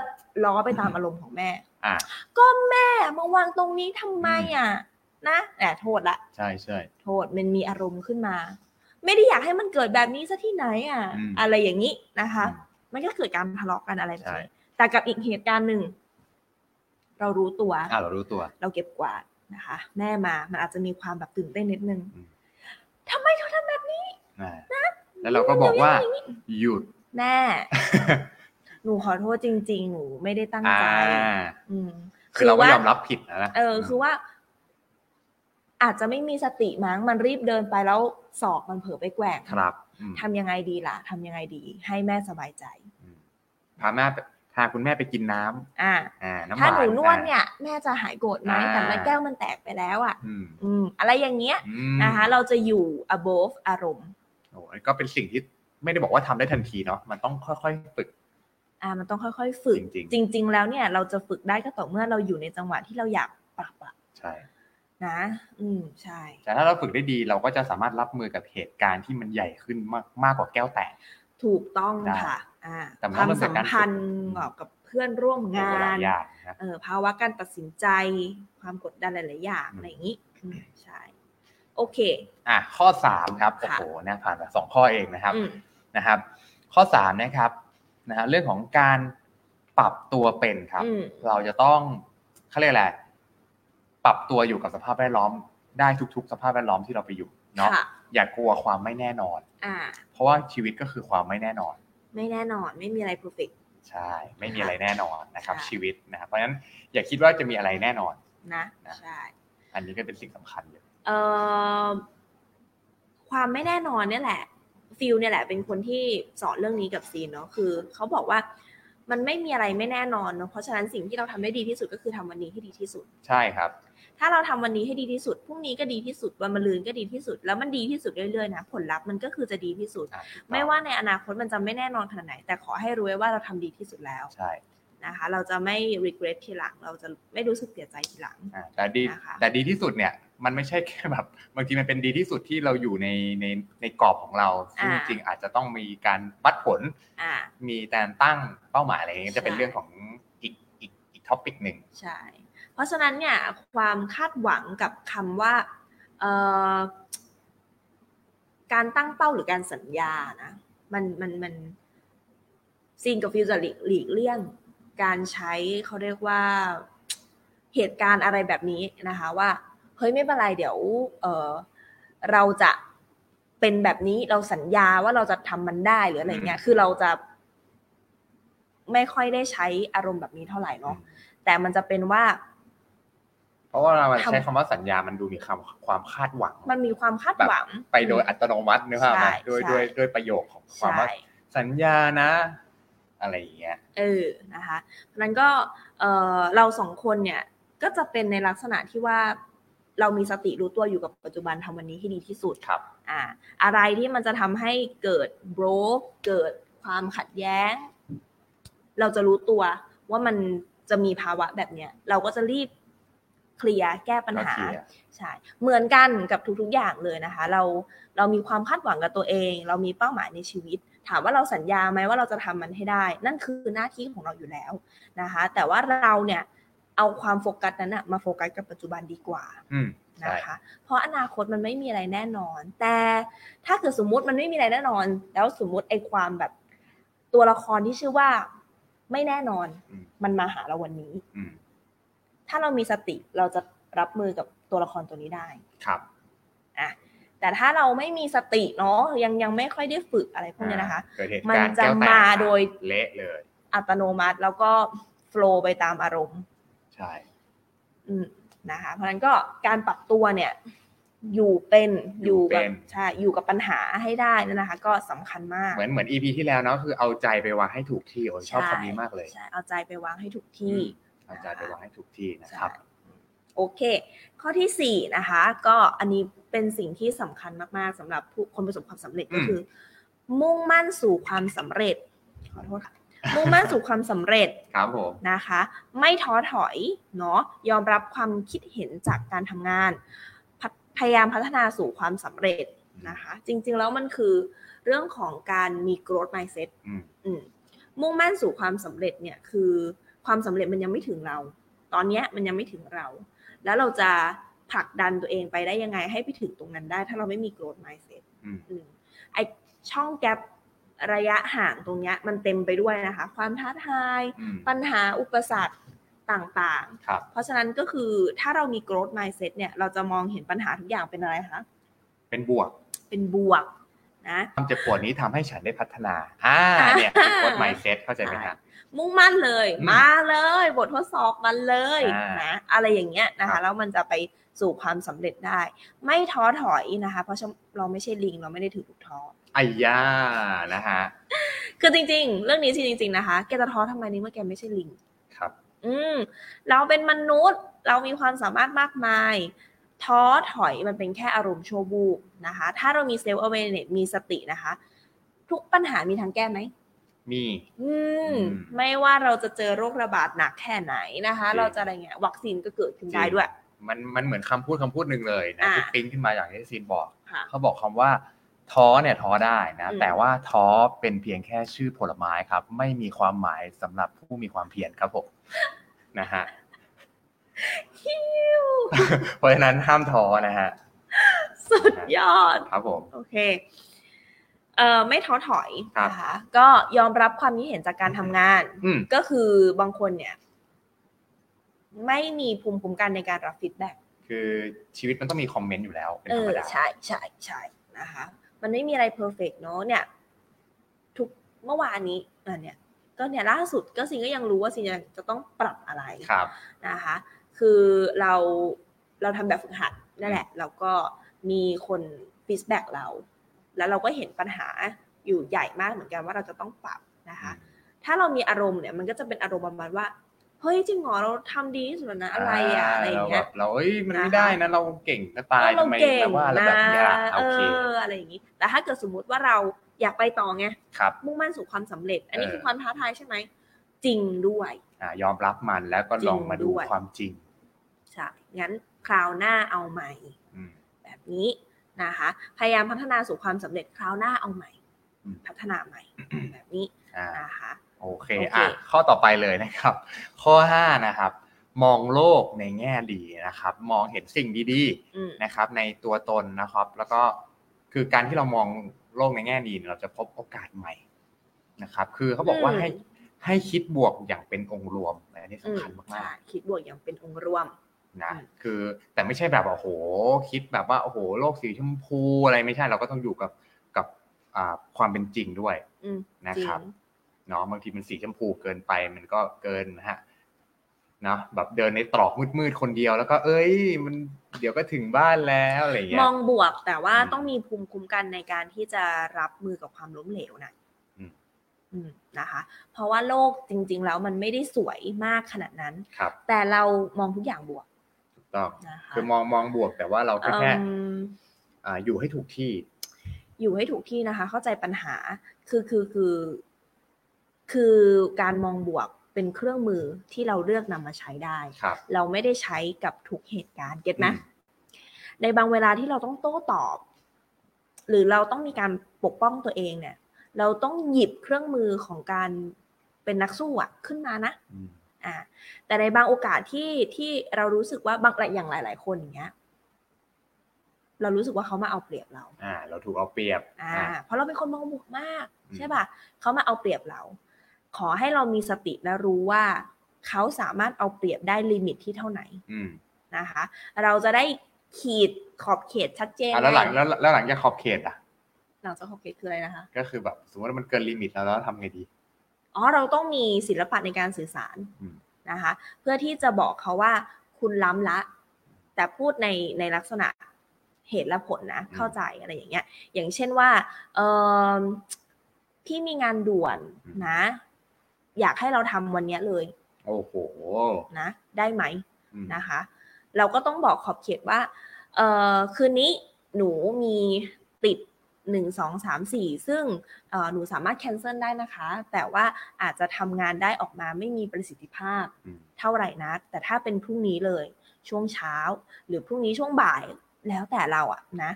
ล้อไปตามอารมณ์ของแม่
อ่ะ
ก็แม่มาวางตรงนี้ทำไมอ่ะ นะแหมโทษละ
ใช่ใช่
โทษมันมีอารมณ์ขึ้นมา ไม่ได้อยากให้มันเกิดแบบนี้ซะที่ไหนอ่ะ
อืม
อะไรอย่างนี้นะคะ
อืม
มันก็เกิดการทะเลาะกันอะไรแบบ
ใช่
นี้แต่กับอีกเหตุการณ์หนึ่ง เรารู้ตัว
อ่ะเรารู้ตัว
เราเก็บกวาดนะคะ แม่มา มันอาจจะมีความแบบตื่นเต้นนิดนึง
อืม
ทำไมเธอทำแบบนี้
อ่ะแล้วเราก็บอกว่าหยุด
แม่ หนูขอโทษจริง ๆ หนูไม่ได้ตั้ง
อ่า
ใจ อืม
คือเราก็ยอมรับผิดนะนะ
เออคือว่า อาจจะไม่มีสติมั้งมันรีบเดินไปแล้วศอกมันเผลอไปแกว่ง
ครับอืม
ทำยังไงดีล่ะทำยังไงดี ให้แม่สบายใจ
อืมพาแม่ไปพาคุณแม่ไปกินน้ำ
อ่า
อ่าน้ำ
ถ้าว
หาน
หนูนวด
อ่ะ
เนี่ย แม่จะหายโกรธไหม
อ่า
แต่แม่แก้วมันแตกไปแล้วอ่ะ
อืม
อืม อะไรอย่างเงี้ย
อืม
นะคะ เราจะอยู่ above อารมณ์
โอ้ยก็เป็นสิ่งที่ไม่ได้บอกว่าทำได้ทันทีเนาะมันต้องค่อยๆฝึก
อ่า มันต้องค่อยๆฝึก
จริง
จริง ๆ แล้วเนี่ย เราจะฝึกได้ก็ต่อเมื่อเราอยู่ในจังหวะที่เราอยากปรับอะ
ใช่
นะ อืมใช่
แต่ถ้าเราฝึกได้ดีเราก็จะสามารถรับมือกับเหตุการณ์ที่มันใหญ่ขึ้นมากมากกว่าแก้วแตก
ถูกต้อง
ได้
ค่ะ อ่า
แต่มัน
ค
ต้
วา
อ
ม
งเริ่ม
สัม
จากการฝึก
พันธ์กับเพื่อนร่วมงา
หลา
น
ยอย่างนะ
เออภาวะการตัดสินใจ ความกดดันหลาย ๆ อย่าง
อืม
อะไรอย่างนี้อืมใช่ โอเค
อ่ะข้อสามครับโอ้
ค่ะ
โหนะผ่านไปสองข้อเองนะครับ
อืม
นะครับ ข้อสามนะครับนะฮะเรื่องของการปรับตัวเป็นครับ
อืม
เราจะต้องเขาเรียกอะไร ปรับตัวอยู่กับสภาพแวดล้อมได้ทุก ๆ สภาพแวดล้อมที่เราไปอยู่เนาะ
ค่ะ
อย่ากลัวความไม่แน่นอน
อ่า
เพราะว่าชีวิตก็คือความไม่แน่นอน
ไม่แน่นอนไม่มีอะไร perfect
ใช่ ไม่มีอะไรแน่นอนนะครับ
ค่ะ
ชีวิตนะครับเพราะฉะนั้นอย่าคิดว่าจะมีอะไรแน่นอน
นะ
นะ
ใช่
อันนี้ก็เป็นสิ่งสำคัญเลย
เอ่อความไม่แน่นอนเนี่ยแหละฟิลเนี่ยแหละ เป็นคนที่สอนเรื่องนี้กับซีนเนาะคือเขาบอกว่ามันไม่มีอะไรไม่แน่นอนเนาะเพราะฉะนั้นสิ่งที่เราทำได้ดีที่สุดก็คือทำวันนี้ให้ดีที่สุด
ใช่ครับ
ถ้าเราทำวันนี้ให้ดีที่สุดพรุ่งนี้ก็ดีที่สุดวันมะรืนก็ดีที่สุด แล้วมันดีที่สุดเรื่อยๆนะผลลัพธ์มันก็คือจะดีที่สุด
อ่ะถูกต้อง
ไม่ว่าในอนาคตมันจะไม่แน่นอนขนาดไหน แต่ขอให้รู้ไว้ว่าเราทำดีที่สุดแล้ว
ใช่
นะคะ เราจะไม่ regret ทีหลัง เราจะไม่รู้สึกเสียใจทีหลัง
อ่ะแต่ดี
นะคะ
แต่ดีที่สุดเนี่ย มันไม่ใช่แค่แบบบางทีมันเป็นดีที่สุดที่เราอยู่ในในในกรอบของเราซึ่งจริงๆอาจจะต้องมีการวัดผล
อ่า
มีการตั้งเป้าหมายอะไรอย่างเงี้ยจะเป็น
ใช่
เรื่องของอีกอีกอีกท็อปิกหนึ่ง
ใช่ เพราะฉะนั้นเนี่ยความคาดหวังกับคำว่าเอ่อการตั้งเป้าหรือการสัญญานะมันมันมันซีนกับฟิวจะหลีกหลีกเลี่ยง การใช้เขาเรียกว่าเหตุการณ์อะไรแบบนี้นะคะว่าเฮ้ยไม่เป็นไรเดี๋ยวเออเราจะเป็นแบบนี้เราสัญญาว่าเราจะทำมันได้หรืออะไรเงี้ยคือเราจะไม่ค่อยได้ใช้อารมณ์แบบนี้เท่าไหร่เนาะ แต่มันจะเป็นว่า
เพราะว่าเรา
ทำ
ใช้คำว่าสัญญามันดูมีคำความคาดหวัง
มันมีความคาดหวัง
ไปโดยอัตโนมัตินึกภาพไหม
ใช่
ด้วย
ใช่
ด้วยด้วยประโยคของความ
ใช่
ว่าสัญญานะ อะไรอย่างเงี้ย
เออนะคะเพราะฉะนั้นก็เออเราสองคนเนี่ยก็จะเป็นในลักษณะที่ว่าเรามีสติรู้ตัวอยู่กับปัจจุบันทำวันนี้ให้ดีที่สุด
ครับ
อ่าอะไรที่มันจะทำให้เกิด broke เกิดความขัดแย้ง เราจะรู้ตัวว่ามันจะมีภาวะแบบเนี้ยเราก็จะรีบเคลียร์แก้ปัญ
ก็
หา
เคลียร์
ใช่ เหมือนกันกับทุกๆอย่างเลยนะคะ เราเรามีความคาดหวังกับตัวเอง เรามีเป้าหมายในชีวิต ถามว่าเราสัญญาไหมว่าเราจะทำมันให้ได้ นั่นคือหน้าที่ของเราอยู่แล้วนะคะ แต่ว่าเราเนี่ยเอาความโฟกัสนั้นนะมาโฟกัสกับปัจจุบันดีกว่า
อืม
นะคะ เพราะอนาคตมันไม่มีอะไรแน่นอน แต่ถ้าเกิดสมมุติมันไม่มีอะไรแน่นอน แล้วสมมุติไอ้ความแบบตัวละครที่ชื่อว่าไม่แน่นอน
อืม
มันมาหาเราวันนี้
อืม
ถ้าเรามีสติเราจะรับมือกับตัวละครตัวนี้ได้
ครับ
แต่ถ้าเราไม่มีสติเนาะยังยังไม่ค่อยได้ฝึกอะไรพวกเนี้ยนะคะ
เกิดเหตุ
มัน
การณ์
จะ
แก้วแตก
มาโดย
เละเลย
อัตโนมัติแล้วก็โฟลว์ไปตามอารมณ์
ใช่
อืมนะคะเพราะฉะนั้นก็การปรับตัวเนี่ย อยู่เป็นอยู่กับใช่อยู่กับปัญหาให้ได้นั่นนะคะ ก็สำคัญมาก
เหมือนเหมือนอีพีที่แล้วเนาะคือเอาใจไปวางให้ถูกที่โอ้ยชอบ
ใช่
คำนี้มากเลย
ใช่เอาใจไปวางให้ถูกที่
เอาใจไปวางให้ถูกที่นะ
ใช่
ครับ
โอเค ข้อที่สี่นะคะ ก็อันนี้เป็นสิ่งที่สำคัญมาก ๆสำหรับผู้คนประสบความสำเร็จ
อืม
ก็คือ มุ่งมั่นสู่ความสำเร็จ ขอโท ษค่ะ มุ่งมั่นสู่ความสำเร็จ
ครับผม
นะคะ ไม่ท้อถอยเนาะยอมรับความคิดเห็นจากการทำงานพัฒพยายามพัฒนาสู่ความสำเร็จนะคะ จริง ๆ แล้วมันคือเรื่องของการมี growth mindset
อืม
อืมมุ่งมั่นสู่ความสำเร็จเนี่ยคือความสำเร็จมันยังไม่ถึงเรา ตอนเนี้ยมันยังไม่ถึงเรา แล้วเราจะผลักดันตัวเองไปได้ยังไงให้ไปถึงตรงนั้นได้ ถ้าเราไม่มี growth mindset
อืม
อืมไอช่องแกลระยะห่างตรงเนี้ยมันเต็มไปด้วยนะคะ ความท้าทาย
อืม
ปัญหาอุปสรรคต่าง
ครับ
ๆ เพราะฉะนั้นก็คือถ้าเรามี growth mindset เนี่ยเราจะมองเห็นปัญหาทุกอย่างเป็นอะไรคะ
เป็นบวก
เป็นบวกนะ
ความเจ็บปวดนี้ทำให้ฉันได้พัฒนา อ่า เนี่ยคือโค้ดไมเซ็ตเข้าใจไหมฮะ
มุ่งมั่นเลย
อืม
มาเลย บททดสอบมันเลย
อ่าน
นะอะไรอย่างเงี้ยนะ
ครั
คะ
บ
แล้วมันจะไปสู่ความสำเร็จได้ ไม่ท้อถอยนะคะ เพราะเราไม่ใช่ลิงเราไม่ได้ถือถูกท้อ
ไอ้ย่านะฮะ
คือจริง ๆ เรื่องนี้จริงๆนะคะ แกจะท้อทำไมในี่เมื่อแกไม่ใช่ลิง
ครับ
อืมเราเป็นมนุษย์เรามีความสามารถมากมาย ท้อถอยมันเป็นแค่อารมณ์ชั่วบูบนะคะ ถ้าเรามีเซลล์อเวเนมีสตินะคะ ทุกปัญหามีทางแก้ไหม
มี
อืม
อืม
ไม่ว่าเราจะเจอโรคระบาดหนักแค่ไหนนะคะ
จริง
เราจะอะไรเงี้ยวัคซีนก็เกิดขึ้นได้ด้วย
มันมันเหมือนคำพูดคำพูดหนึ่งเลยนะ
อ่า
ที่ปิ๊งขึ้นมาอย่างที่ซีนบอก
ค่ะ
เขาบอกคำว่า ท้อเนี่ยท้อได้นะ
อืม
แต่ว่าท้อเป็นเพียงแค่ชื่อผลไม้ครับ ไม่มีความหมายสำหรับผู้มีความเพียรครับผม นะฮะ
ฮิว
เพราะฉะนั้นห้ามท้อนะฮะ
สุดยอด
ครับผม
โอเคเอ่อไม่ท้อถอย
ครับ
นะคะก็ยอมรับความคิดเห็นจากการทำงาน
อืม
ก็คือบางคนเนี่ย ไม่มีภูมิคุ้มกันในการรับฟีดแบ็ก
คือชีวิตมันต้องมีคอมเมนต์อยู่แล้วเป็น
เอ
ธร
อ
รมดา
ใช่ใช่ใช่นะคะ มันไม่มีอะไรเพอร์เฟกเนาะเนี่ย ทุกเมื่อวานนี้อ่ะเนี่ย ก็เนี่ยล่าสุดก็ซินก็ยังรู้ว่าซินจะจะต้องปรับอะไร
ครับ
นะคะ คือเราเราทำแบบฝึกหัดนั่นแหละ แล้วก็มีคนฟีดแบ็กเรา แล้วเราก็เห็นปัญหาอยู่ใหญ่มากเหมือนกันว่าเราจะต้องปรับนะคะ ถ้าเรามีอารมณ์เนี่ยมันก็จะเป็นอารมณ์ประมาณว่าเฮ้ยจริงเหรอเราทำดีที่สุดแล้วนะอะไรอะอะไรอย่างเงี้ย
แบบเราเอ้ยมันไม่
นะคะ
ได้นะเราเก่งจะตาย
เรา
ทำไม
เก่ง
แบบว่าเรา
นะ
แบบอยาก
เอ
โอเค
ออะไรอย่างนี้ แต่ถ้าเกิดสมมุติว่าเราอยากไปต่อไง
ครับ
มุ่งมั่นสู่ความสำเร็จ อันนี้
เออ
คือความท้าทายใช่ไหม จริงด้วย
อ่ายอมรับมันแล้วก็ลองมา
จ
ดู
ริงด้วย
ความจริง
ใช่ งั้นคราวหน้าเอาใหม่
อืม
แบบนี้นะคะ พยายามพัฒนาสู่ความสำเร็จคราวหน้าเอาใหม่
อืม
พัฒนา ใหม่ แบบนี้
อ่า
นะคะ
โอเค
โอเค
อ่ะ ข้อต่อไปเลยนะครับ ข้อ 5 นะครับ มองโลกในแง่ดีนะครับ มองเห็นสิ่งดี
อืม
ๆ นะครับ ในตัวตนนะครับ แล้วก็คือการที่เรามองโลกในแง่ดีเนี่ยเราจะพบโอกาสใหม่นะครับ คือเขาบอกว่า
อืม
ให้ให้คิดบวกอย่างเป็นองค์รวมอันนี้
อืม
สำคัญมาก
ใช่คิดบวกอย่างเป็นองค์รวม
ๆนะ
อืม
คือแต่ไม่ใช่แบบว่าโอ้โห คิดแบบว่าโอ้โห โลกสีชมพูอะไรไม่ใช่ เราก็ต้องอยู่กับกับอ่าความเป็นจริงด้วย
อืม
นะ
จริ
ค
ง
รับเนาะบางทีมันสีชมพูเกินไปมันก็เกินนะฮะเนาะแบบเดินในตรอกมืดๆคนเดียวแล้วก็เอ้ย มันเดี๋ยวก็ถึงบ้านแล้วอะไรอย่างเงี้
ม
ย
องบวกแต่ว่า
อืม
ต้องมีภูมิคุ้มกันในการที่จะรับมือกับความล้มเหลวนะ
อืม
อืมนะคะ เพราะว่าโลกจริง ๆ แล้วมันไม่ได้สวยมากขนาดนั้น
ครับ
แต่เรามองทุกอย่างบวก
ถูกต้อง
นะคะ
คือมองมองบวกแต่ว่าเราก็
เอิ่
แค่
ม
อ่าอยู่ให้ถูกที่
อยู่ให้ถูกที่นะคะ เข้าใจปัญหาคือคือคือ คือการมองบวกเป็นเครื่องมือที่เราเลือกนำมาใช้ได้
ครับ
เราไม่ได้ใช้กับทุกเหตุการณ์เก็ตไหม
อืม
ในบางเวลาที่เราต้องโต้ตอบ หรือเราต้องมีการปกป้องตัวเองเนี่ย เราต้องหยิบเครื่องมือของการเป็นนักสู้อะขึ้นมานะ
อืม
อ่าแต่ในบางโอกาสที่ที่เรารู้สึกว่าบางอย่างหลาย ๆ คนอย่างเงี้ย เรารู้สึกว่าเขามาเอาเปรียบเรา
อ่า เราถูกเอาเปรียบ
อ่า
อ่า
เพราะเราเป็นคนมองบวกมาก
อืม
ใช่ป่ะเขามาเอาเปรียบเรา ขอให้เรามีสติและรู้ว่า เขาสามารถเอาเปรียบได้ลิมิตที่เท่าไหน
อืม
นะคะ เราจะได้ขีดขอบเขตชัดเจน
อ่ะแล้วหลัง
ไ
แล้วแล้วหลังจากขอบเขตอ่ะ
หลังจากขอบเขตคืออะไรนะคะ
ก็คือแบบสมมติว่ามันเกินลิมิตแล้วแล้วทำไงดี
อ๋อ เราต้องมีศิลปะในการสื่อสาร
อืม
นะคะ เพื่อที่จะบอกเขาว่าคุณล้ำละ แต่พูดในในลักษณะเหตุและผลนะ เข้าใจอะไรอย่างเงี้ย อย่างเช่นว่าเออพี่มีงานด่วนนะ อยากให้เราทำวันเนี้ยเลย
โอ้โห
นะ ได้ไหม
อืม
นะคะเราก็ต้องบอกขอบเขตว่าเออคืนนี้หนูมีติด 1 2 3 4 ซึ่งเอ่อหนูสามารถแคนเซิลได้นะคะ แต่ว่าอาจจะทำงานได้ออกมาไม่มีประสิทธิภาพ
อืม
เท่าไหร่นะ แต่ถ้าเป็นพรุ่งนี้เลยช่วงเช้า หรือพรุ่งนี้ช่วงบ่ายแล้วแต่เราอะนะ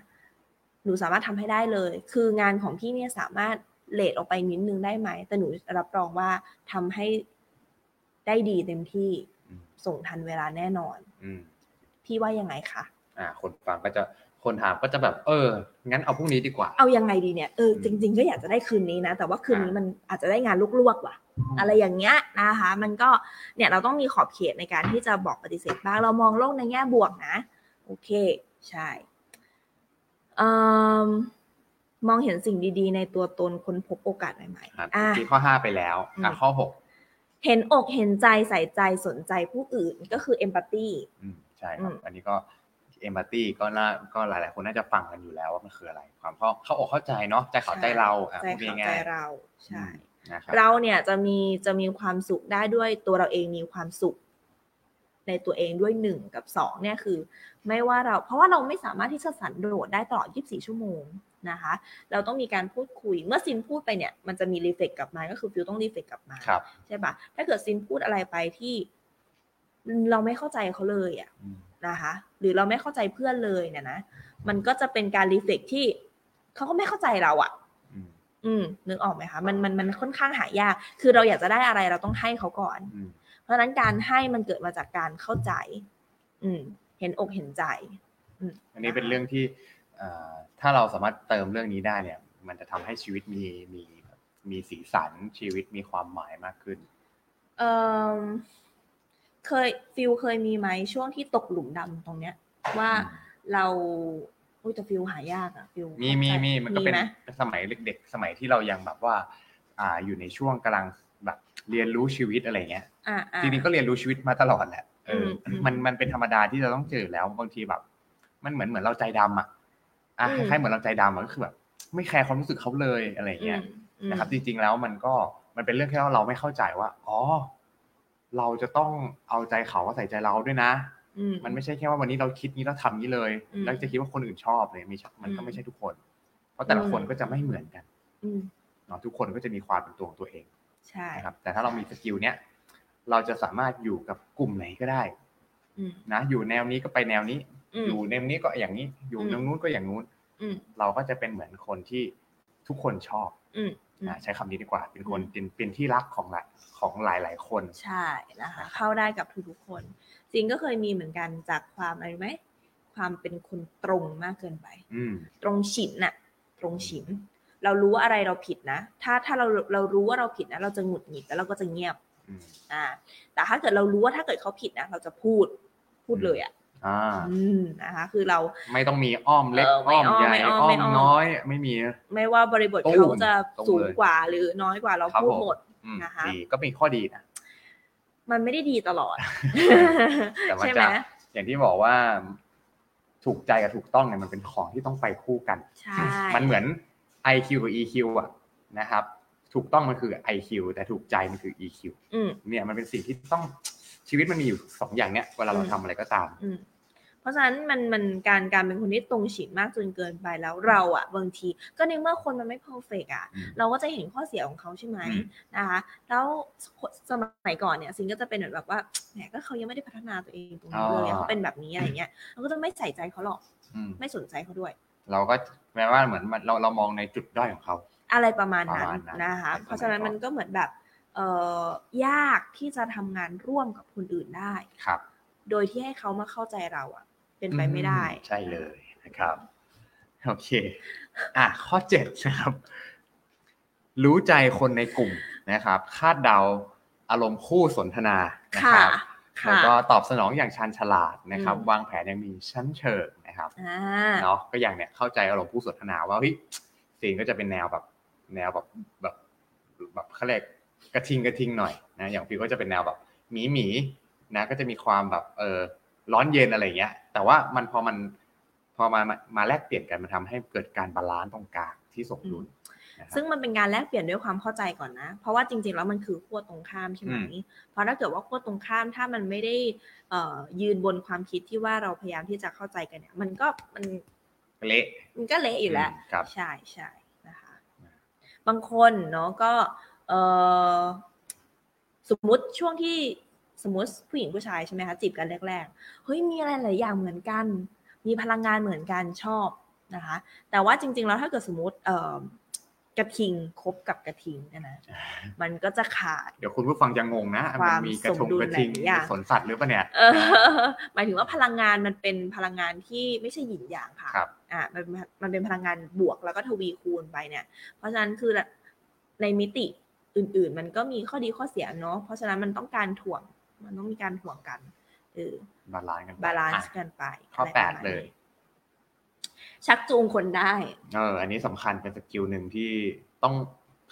หนูสามารถทำให้ได้เลย คืองานของพี่เนี่ยสามารถเลทออกไปนิดนึงได้ไหม แต่หนูรับรองว่าทำให้ได้ดีเต็มที่
อืม
ส่งทันเวลาแน่นอน
อืม
พี่ว่ายังไงคะ
อ่าคนฟังก็จะคนถามก็จะแบบ เออ งั้นเอาพรุ่งนี้ดีกว่า
เอายังไงดีเนี่ย เออ
อืม
จริง ๆ ก็อยากจะได้คืนนี้นะ แต่ว่าคืนนี้มันอาจจะได้งานลวกๆว่ะ อะไรอย่างเงี้ยนะคะ มันก็ เนี่ย เราต้องมีขอบเขตในการที่จะบอกปฏิเสธบ้าง เรามองโลกในแง่บวกนะ โอเค ใช่เอมมองเห็นสิ่งดีๆ ในตัวตนคนพบโอกาสใหม่
ครับ
ๆอ่ะ
ที่ข้อห้าไปแล้วอ่ะ
อืม
ข้อหก
เห็นอกเห็นใจใส่ใจสนใจผู้อื่นก็คือเอมพัตตี
อืมใช่ครับ
อืม
อันนี้ก็เอมพัตตีก็น่าก็หลายๆ คนน่าจะฟังกันอยู่แล้วว่ามันคืออะไร ความเข้าเข้าอกเข้าใจเนาะใจเขาใจเราอ่ะ
ใจ
พูด
เขาใจ
ง่ายๆ
เรา
อื
ใช่
มนะครับ
เราเนี่ยจะมีจะมีความสุขได้ด้วยตัวเราเองมีความสุข ในตัวเองด้วยหนึ่งกับสองเนี่ยคือ ไม่ว่าเราเพราะว่าเราไม่สามารถที่จะสันโดษได้ตลอด 24 ชั่วโมงนะคะ เราต้องมีการพูดคุยเมื่อซินพูดไปเนี่ยมันจะมีรีเฟกกลับมาก็คือฟิวต้องรีเฟกกลับมา
ครับ
ใช่ปะถ้าเกิดซินพูดอะไรไปที่ เราไม่เข้าใจเขาเลยอะ
อืม
นะคะ หรือเราไม่เข้าใจเพื่อนเลยเนี่ยนะมันก็จะเป็นการรีเฟกที่เขาก็ไม่เข้าใจเราอะ
อืม
อืมนึกออกไหมคะมันมันมันค่อนข้างหายาก คือเราอยากจะได้อะไรเราต้องให้เขาก่อน
อืม
เพราะฉะนั้นการให้มันเกิดมาจากการเข้าใจ อืม เห็นอกเห็นใจ
อันนี้เป็นเรื่องที่เอ่อถ้าเราสามารถเติมเรื่องนี้ได้เนี่ย มันจะทำให้ชีวิตมีมีมีสีสันชีวิตมีความหมายมากขึ้น
เอ่อ เคยฟิลเคยมีไหมช่วงที่ตกหลุมดำตรงเนี้ย ว่าเราอุ้ยแต่ฟิลหายากอะฟิล
มีมีมีมันก็เป็น
ไห
สมัยเด็กๆสมัยที่เรายังแบบว่า อ่าอยู่ในช่วงกำลังแบบเรียนรู้ชีวิตอะไรเงี้ย
อ่าอ่า
จริงๆก็เรียนรู้ชีวิตมาตลอดแหละเอออ
ม
มันมันเป็นธรรมดาที่เราต้องเจอแล้วบางทีแบบ มันเหมือนเหมือนเราใจดำอ่ะอ่ะ
อื
ค
ม
ล้ายๆเหมือนเราใจดำอะก็คือแบบ ไม่แคร์ความรู้สึกเขาเลยอะไรเงี้ย
อืม
นะครับ จริง ๆแล้วมันก็มันเป็นเรื่องแค่ว่าเราไม่เข้าใจว่าอ๋อเราจะต้องเอาใจเขาใส่ใจเราด้วยนะ
อื
มันไม่ใช่แค่ว่าวันนี้เราคิดนี้เราทำนี้เลย
อืม
แล้วจะคิดว่าคนอื่นชอบเลยไม่ใช่มันก็
อืม
ไม่ใช่ทุกคน เพราะแต่ละ
อืม
คนก็จะไม่เหมือนกัน
อืม
เนาะทุกคนก็จะมีความเป็นตัวของตัวเอง
ใช่
นะครับแต่ถ้าเรามีสกิลเนี้ยเราจะสามารถอยู่กับกลุ่มไหนก็ได้
อืม
นะอยู่แนวนี้ก็ไปแนวนี้
อืม
อยู่แนวนี้ก็อย่างนี้ อยู่
อืม
แนวนู้นก็อย่างนู้น
อืม
เราก็จะเป็นเหมือนคนที่ทุกคนชอบ
อืมอืม
นะใช้คำนี้ดีกว่า เป็นคนเป็นเป็นที่รักของหลายของหลายหลายๆคน
ใช่นะคะ เข้าได้กับทุกๆคนซิงก็เคยมีเหมือนกันจากความอะไรรู้ไหมความเป็นคนตรงมากเกินไป
อืม
ตรงฉินน่ะ ตรงฉิน เรารู้ว่าอะไรเราผิดนะ ถ้าถ้าเราเรารู้ว่าเราผิดนะ เราจะหงุดหงิดแล้วเราก็จะเงียบ
อืม
อ่า แต่ถ้าเกิดเรารู้ว่าถ้าเกิดเขาผิดนะเราจะพูดพูดเลยอ่ะ
อ่า
อืมนะคะ คือเรา
ไม่ต้องมีอ้อมเล็ก
เออไม่
อ้อม
อ้อม
ใหญ่
ไม่อ้อม
อ้อ
ไม่
ม
อ้อม
น้อยไม่มี
ไม่ว่าบริบท
ตรง
เขาจะ
ตรง
สูง
เลย
กว่าหรือน้อยกว่าเรา
ครับ
พูด
ผม
หมด
อืม
นะคะ
ดีก็มีข้อดีนะ
มันไม่ได้ดีตลอด
แต่มัน
ใช่ไหม
จะอย่างที่บอกว่า ถูกใจกับถูกต้องเนี่ยมันเป็นของที่ต้องไปคู่กัน
ใช่
มันเหมือน IQ กับ EQ อะนะครับ ถูกต้องมันคือ IQ แต่ถูกใจมันคือ EQ
อืม
เนี่ยมันเป็นสิ่งที่ต้องชีวิตมันมีอยู่สองอย่างเนี้ยเวลาเรา
อืม
ทำอะไรก็ตาม
อืมเพราะฉะนั้นมันมันการการเป็นคนที่ตรงฉินมากจนเกินไปแล้วเราอะบางที ก็ในเมื่อคนมันไม่เพอร์เฟกอะ
อืม
เราก็จะเห็นข้อเสียของเขาใช่ไหม
อืม
นะคะ แล้วสมัยก่อนเนี่ยซิงก็จะเป็นเหมือนแบบว่าแหมก็เขายังไม่ได้พัฒนาตัวเองตรงนี้เลยอะเขาเป็นแบบนี้อะไรเงี้ยเราก็จะไม่ใส่ใจเขาหรอก
อืม
ไม่สนใจเขาด้วย
เราก็แม้ว่าเหมือนมันเราเรามองในจุดด้อยของเขา
อะไรประมาณ
ประ
นั้น
มาณนั้น
นะคะ
ในสมัย
เพราะฉะนั้น
ก่อน
มันก็เหมือนแบบเอ่อยากที่จะทำงานร่วมกับคนอื่นได้
ครับ
โดยที่ให้เขามาเข้าใจเราอะเป็นไปไม่ได้
อืใช่เลยนะครับ โอเค อ่ะ ข้อเจ็ดนะครับ รู้ใจคนในกลุ่มนะครับ คาดเดาอารมณ์คู่สนทนานะ
ค่ะ
ครับ แล้ว
ค่ะ
ก็ตอบสนองอย่างชาญฉลาดนะครับ
อืม
วางแผนอยังมีชั้นเชิงนะครับ
อ่า
เนาะก็อย่างเนี้ยเข้าใจอารมณ์ผู้สนทนาว่าเฮ้ยซีนก็จะเป็นแนวแบบ แนวแบบแบบแบบเขาเรียกกระทิงกระทิงหน่อยนะอย่างฟิวก็จะเป็นแนวแบบหมีหมีนะก็จะมีความแบบเออร้อนเย็นอะไรอย่างเงี้ย แต่ว่ามันพอมันพอมามามาแลกเปลี่ยนกันมันทำให้เกิดการบาลานซ์ตรงกลางที่สมดุลนะครับ
ซึ่งมันเป็นการแลกเปลี่ยนด้วยความเข้าใจก่อนนะ เพราะว่าจริงๆแล้วมันคือขั้วตรงข้ามใช่ไหม
อืม
เพราะถ้าเกิดว่าขั้วตรงข้ามถ้ามันไม่ได้เอ่อยืนบนความคิดที่ว่าเราพยายามที่จะเข้าใจกันเนี่ย มันก็มัน
เละ
มันก็เละอยู่แล้ว
มครับ
ใช่ใช่นะคะ บางคนเนาะก็เออสมมติช่วงที่สมมติผู้หญิงผู้ชายใช่ไหมคะจีบกันแรกๆเฮ้ยมีอะไรหลายอย่างเหมือนกัน มีพลังงานเหมือนกันชอบนะคะ แต่ว่าจริง ๆ แล้วถ้าเกิดสมมติเออกระทิงคบกับกระทิงเนย นะมันก็จะขาด
เดี๋ยวคุณผู้ฟังจะงงนะ
ค
มัน
วาม
มีกระท
ส
ง
มดุล
กระทิง
หลายอย่าง
สวนสัตว์หรือเปล่าเนี่ย
เออ หมายถึงว่าพลังงานมันเป็นพลังงานที่ไม่ใช่หยินหยางค่ะ
ครับ
อ่ามันเป็นมันเป็นพลังงานบวกแล้วก็ทวีคูณไปเนี่ย เพราะฉะนั้นคือในมิติอื่น ๆ มันก็มีข้อดีข้อเสียเนาะเพราะฉะนั้นมันต้องการถ่วงมันต้องมีการถ่วงกันเออบ
าลานซ์กันไป
บาลาน
อ่ะ
ซ์กันไป
ข้อ
อะไร
แปด
ระมาณ
เลย
นี้ชักจูงคนได้
เออ อันนี้สำคัญเป็นสกิลหนึ่งที่ต้อง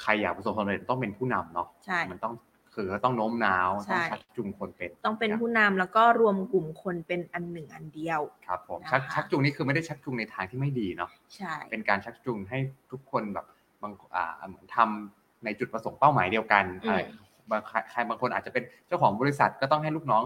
ใครอยากประสบความสำเร็จต้องเป็นผู้นำเนาะ
ใช่
มันต้องคือต้องโน้มน้าว
ใช่
ต้องชักจูงคนเป็น
ต้องเป็นผู้นำแล้วก็รวมกลุ่มคนเป็นอันหนึ่งอันเดียว
ครับผม
นะคะ
ชักชักจูงนี่คือไม่ได้ชักจูงในทางที่ไม่ดีเนาะ
ใช่
เป็นการชักจูงให้ทุกคนแบบบางอ่าเหมือนทำในจุดประสงค์เป้าหมายเดียวกัน
อื
อะไร
ม
บางใครบางคนอาจจะเป็นเจ้าของบริษัทก็ต้องให้ลูกน้อง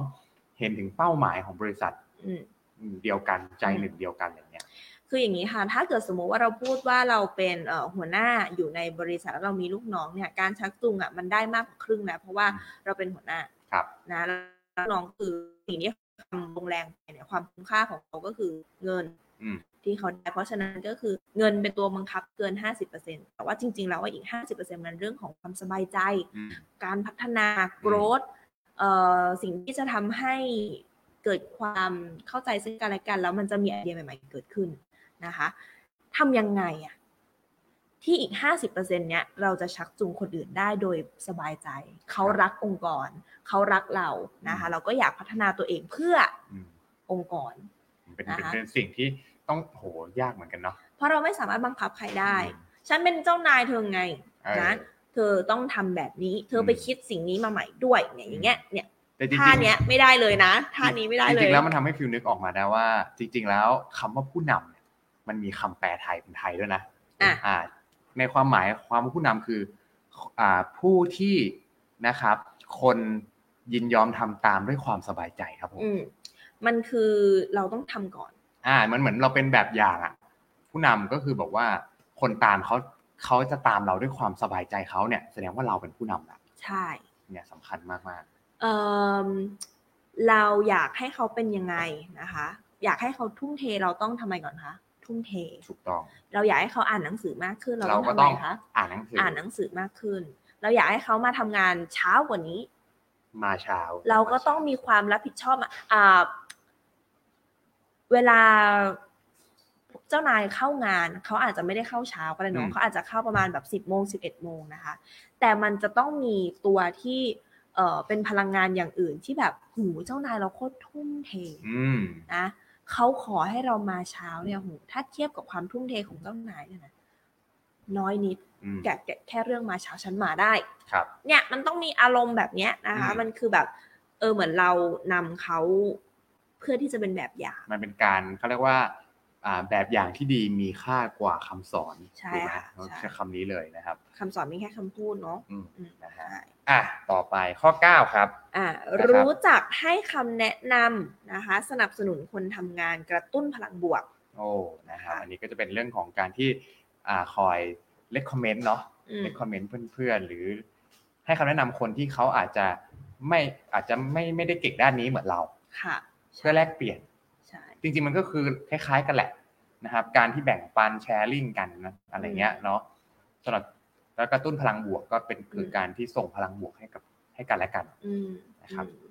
เห็นถึงเป้าหมายของบริษัท
อืม
เดียวกันใจหนึ่งเดียวกันอะไรเงี้ย
คืออย่างนี้ค่ะ ถ้าเกิดสมมุติว่าเราพูดว่าเราเป็นเอ่อหัวหน้าอยู่ในบริษัทแล้วเรามีลูกน้องเนี่ย การชักจูงอ่ะมันได้มากกว่าครึ่งนะเพราะว่า
อืม
เราเป็นหัวหน้า
ครับ
นะแล้วลูกน้องคือสิ่งที่ทำลงแรงไปเนี่ยความคุ้มค่าของเขาก็คือเงิน
อืม
ที่เขาได้เพราะฉะนั้นก็คือเงินเป็นตัวบังคับเกิน 50%แต่ว่าจริง ๆ แล้วว่าอีก 50%มันเรื่องของความสบายใจ
อืม
การพัฒนา growth เอ่อสิ่งที่จะทำให้เกิดความเข้าใจซึ่งกันและกัน แล้วมันจะมีไอเดียใหม่ ๆ เกิดขึ้นนะคะทำยังไงอะ ที่อีก 50%เนี้ยเราจะชักจูงคนอื่นได้โดยสบายใจ เขารักองค์กร เขารักเรานะคะเราก็อยากพัฒนาตัวเองเพื่อ
อืม
องค์กร
เป็น
นะคะ
เป็นสิ่งที่ต้องโหยากเหมือนกันเนาะ
เพราะเราไม่สามารถบังคับใครได้ ฉันเป็นเจ้านายเธอไง
เออ
นะ เธอต้องทำแบบนี้ เธอไป
อืม
คิดสิ่งนี้มาใหม่ด้วยเนี่ยอย่างเงี้ยเนี่ย
แต่จริงๆ
ท่าเนี้ยไม่ได้เลยนะท่านี้ไม่ได้เล
จ
ย
ริงๆแล้วมันทำให้ฟิลนึกออกมาได้ว่า จริง ๆ แล้วคำว่าผู้นำเนี่ยมันมีคำแปลไทยเป็นไทยด้วยนะ
อ่ะ
อ่า ในความหมายความว่าผู้นำคืออ่าผู้ที่นะครับ คนยินยอมทำตามด้วยความสบายใจครับผม
อืมมันคือเราต้องทำก่อน
อ่ามันเหมือนเราเป็นแบบอย่างอ่ะ ผู้นำก็คือบอกว่าคนตามเขาเขาจะตามเราด้วยความสบายใจเขาเนี่ย แสดงว่าเราเป็นผู้นำละ
ใช่
เนี่ยสำคัญมาก
เอ่มเราอยากให้เขาเป็นยังไงนะคะ อยากให้เขาทุ่มเทเราต้องทำไมก่อนคะทุ่มเท
ๆถูกต้อง
เราอยากให้เขาอ่านหนังสือมากขึ้นเรา
เรา
ต้อง
ก็
ทำ
ต้
ไม
อง
คะ
อ่านหนังสืออ
อ่านหนังสือมากขึ้น เราอยากให้เขามาทำงานเช้ากว่านี้
มาเช้า
เราก็ต้องมีความรับผิดชอบอะอ่าเวลาเจ้านายเข้างานเขาอาจจะไม่ได้เข้าเช้าก็ได้เน
อื
อะ
ม
เขาอาจจะเข้าประมาณแบบสิบ10โมงสิบเอ็ดโมงนะคะ แต่มันจะต้องมีตัวที่เอ่อเป็นพลังงานอย่างอื่นที่แบบหูเจ้านายเราโคตรทุ่มเท
อืม
นะเขาขอให้เรามาเช้าเนี่ยหูถ้าเทียบกับความทุ่มเทของเจ้านายเนี่ยนะน้อยนิด
อืม
แก่แก่แค่เรื่องมาเช้าฉันมาได้
ครับ
เนี่ยมันต้องมีอารมณ์แบบเนี้ยนะคะ
อืม
มันคือแบบ เออเหมือนเรานำเขาเพื่อที่จะเป็นแบบอย่าง
มันเป็นการเขาเรียกว่าอ่าแบบอย่างที่ดีมีค่ากว่าคำสอน
ใช่
ถูกไหม
ค่ะ
เรา
ใช่
ใช้คำนี้เลยนะครับ
คำสอนมีแค่คำพูดเนาะ
อืม
อืม
นะฮะ
ใช่
อ่ะต่อไปข้อ 9 ครับ
อ่า
ครับ
รู้จักให้คำแนะนำนะคะ สนับสนุนคนทำงานกระตุ้นพลังบวก
โอ้นะครับ
ค่ะ
อันนี้ก็จะเป็นเรื่องของการที่อ่าคอยเล c กคอมเมนต์เนาะ
อืม
เล c กคอมเมนต์เพื่อนๆ หรือให้คำแนะนำคนที่เขาอาจจะไม่อาจจะไม่ไม่ได้เก่งด้านนี้เหมือนเรา
ค่ะ
เพื่อแลกเปลี่ยน
ใช่
จริงๆมันก็คือคล้ายๆกันแหละนะครับ การที่แบ่งปันแชร์ลิงกันนะอะไรเงี้ยเนาะสำหรับแล้วกระตุ้นพลังบวกก็เป็นคืออ
ม
การที่ส่งพลังบวกให้กับให้กันและกัน
อืม
นะครับ
อืม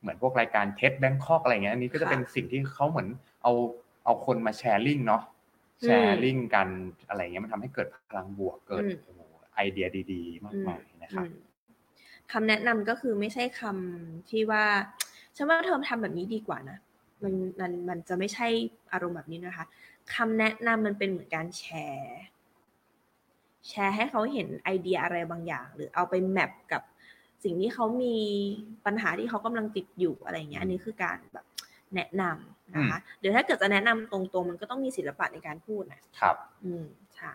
เหมือนพวกรายการเท็ดแบงคอกอะไรเงี้ยอันนี้ก็จะ
ค่ะ
เป็นสิ่งที่เขาเหมือนเอาเอาคนมาแชร์ลิงเนาะ
อืม
แชร์ลิงกันอะไรเงี้ยมันทำให้เกิดพลังบวกเกิด
อืม
โอ้โหไอเดียดีๆ มากมายนะครับ
อืมคำแนะนำก็คือไม่ใช่คำที่ว่าฉันว่าเธอทำแบบนี้ดีกว่านะมันมันมันจะไม่ใช่อารมณ์แบบนี้นะคะคำแนะนำมันเป็นเหมือนการแชร์ แชร์ให้เขาเห็นไอเดียอะไรบางอย่าง หรือเอาไปแมปกับสิ่งที่เขามีปัญหาที่เขากำลังติดอยู่อะไรอย่างเงี้ยอันนี้คือการแบบแนะนำนะคะหรือถ้าเกิดจะแนะนำตรงๆ มันก็ต้องมีศิลปะในการพูดนะครับ อืมใช่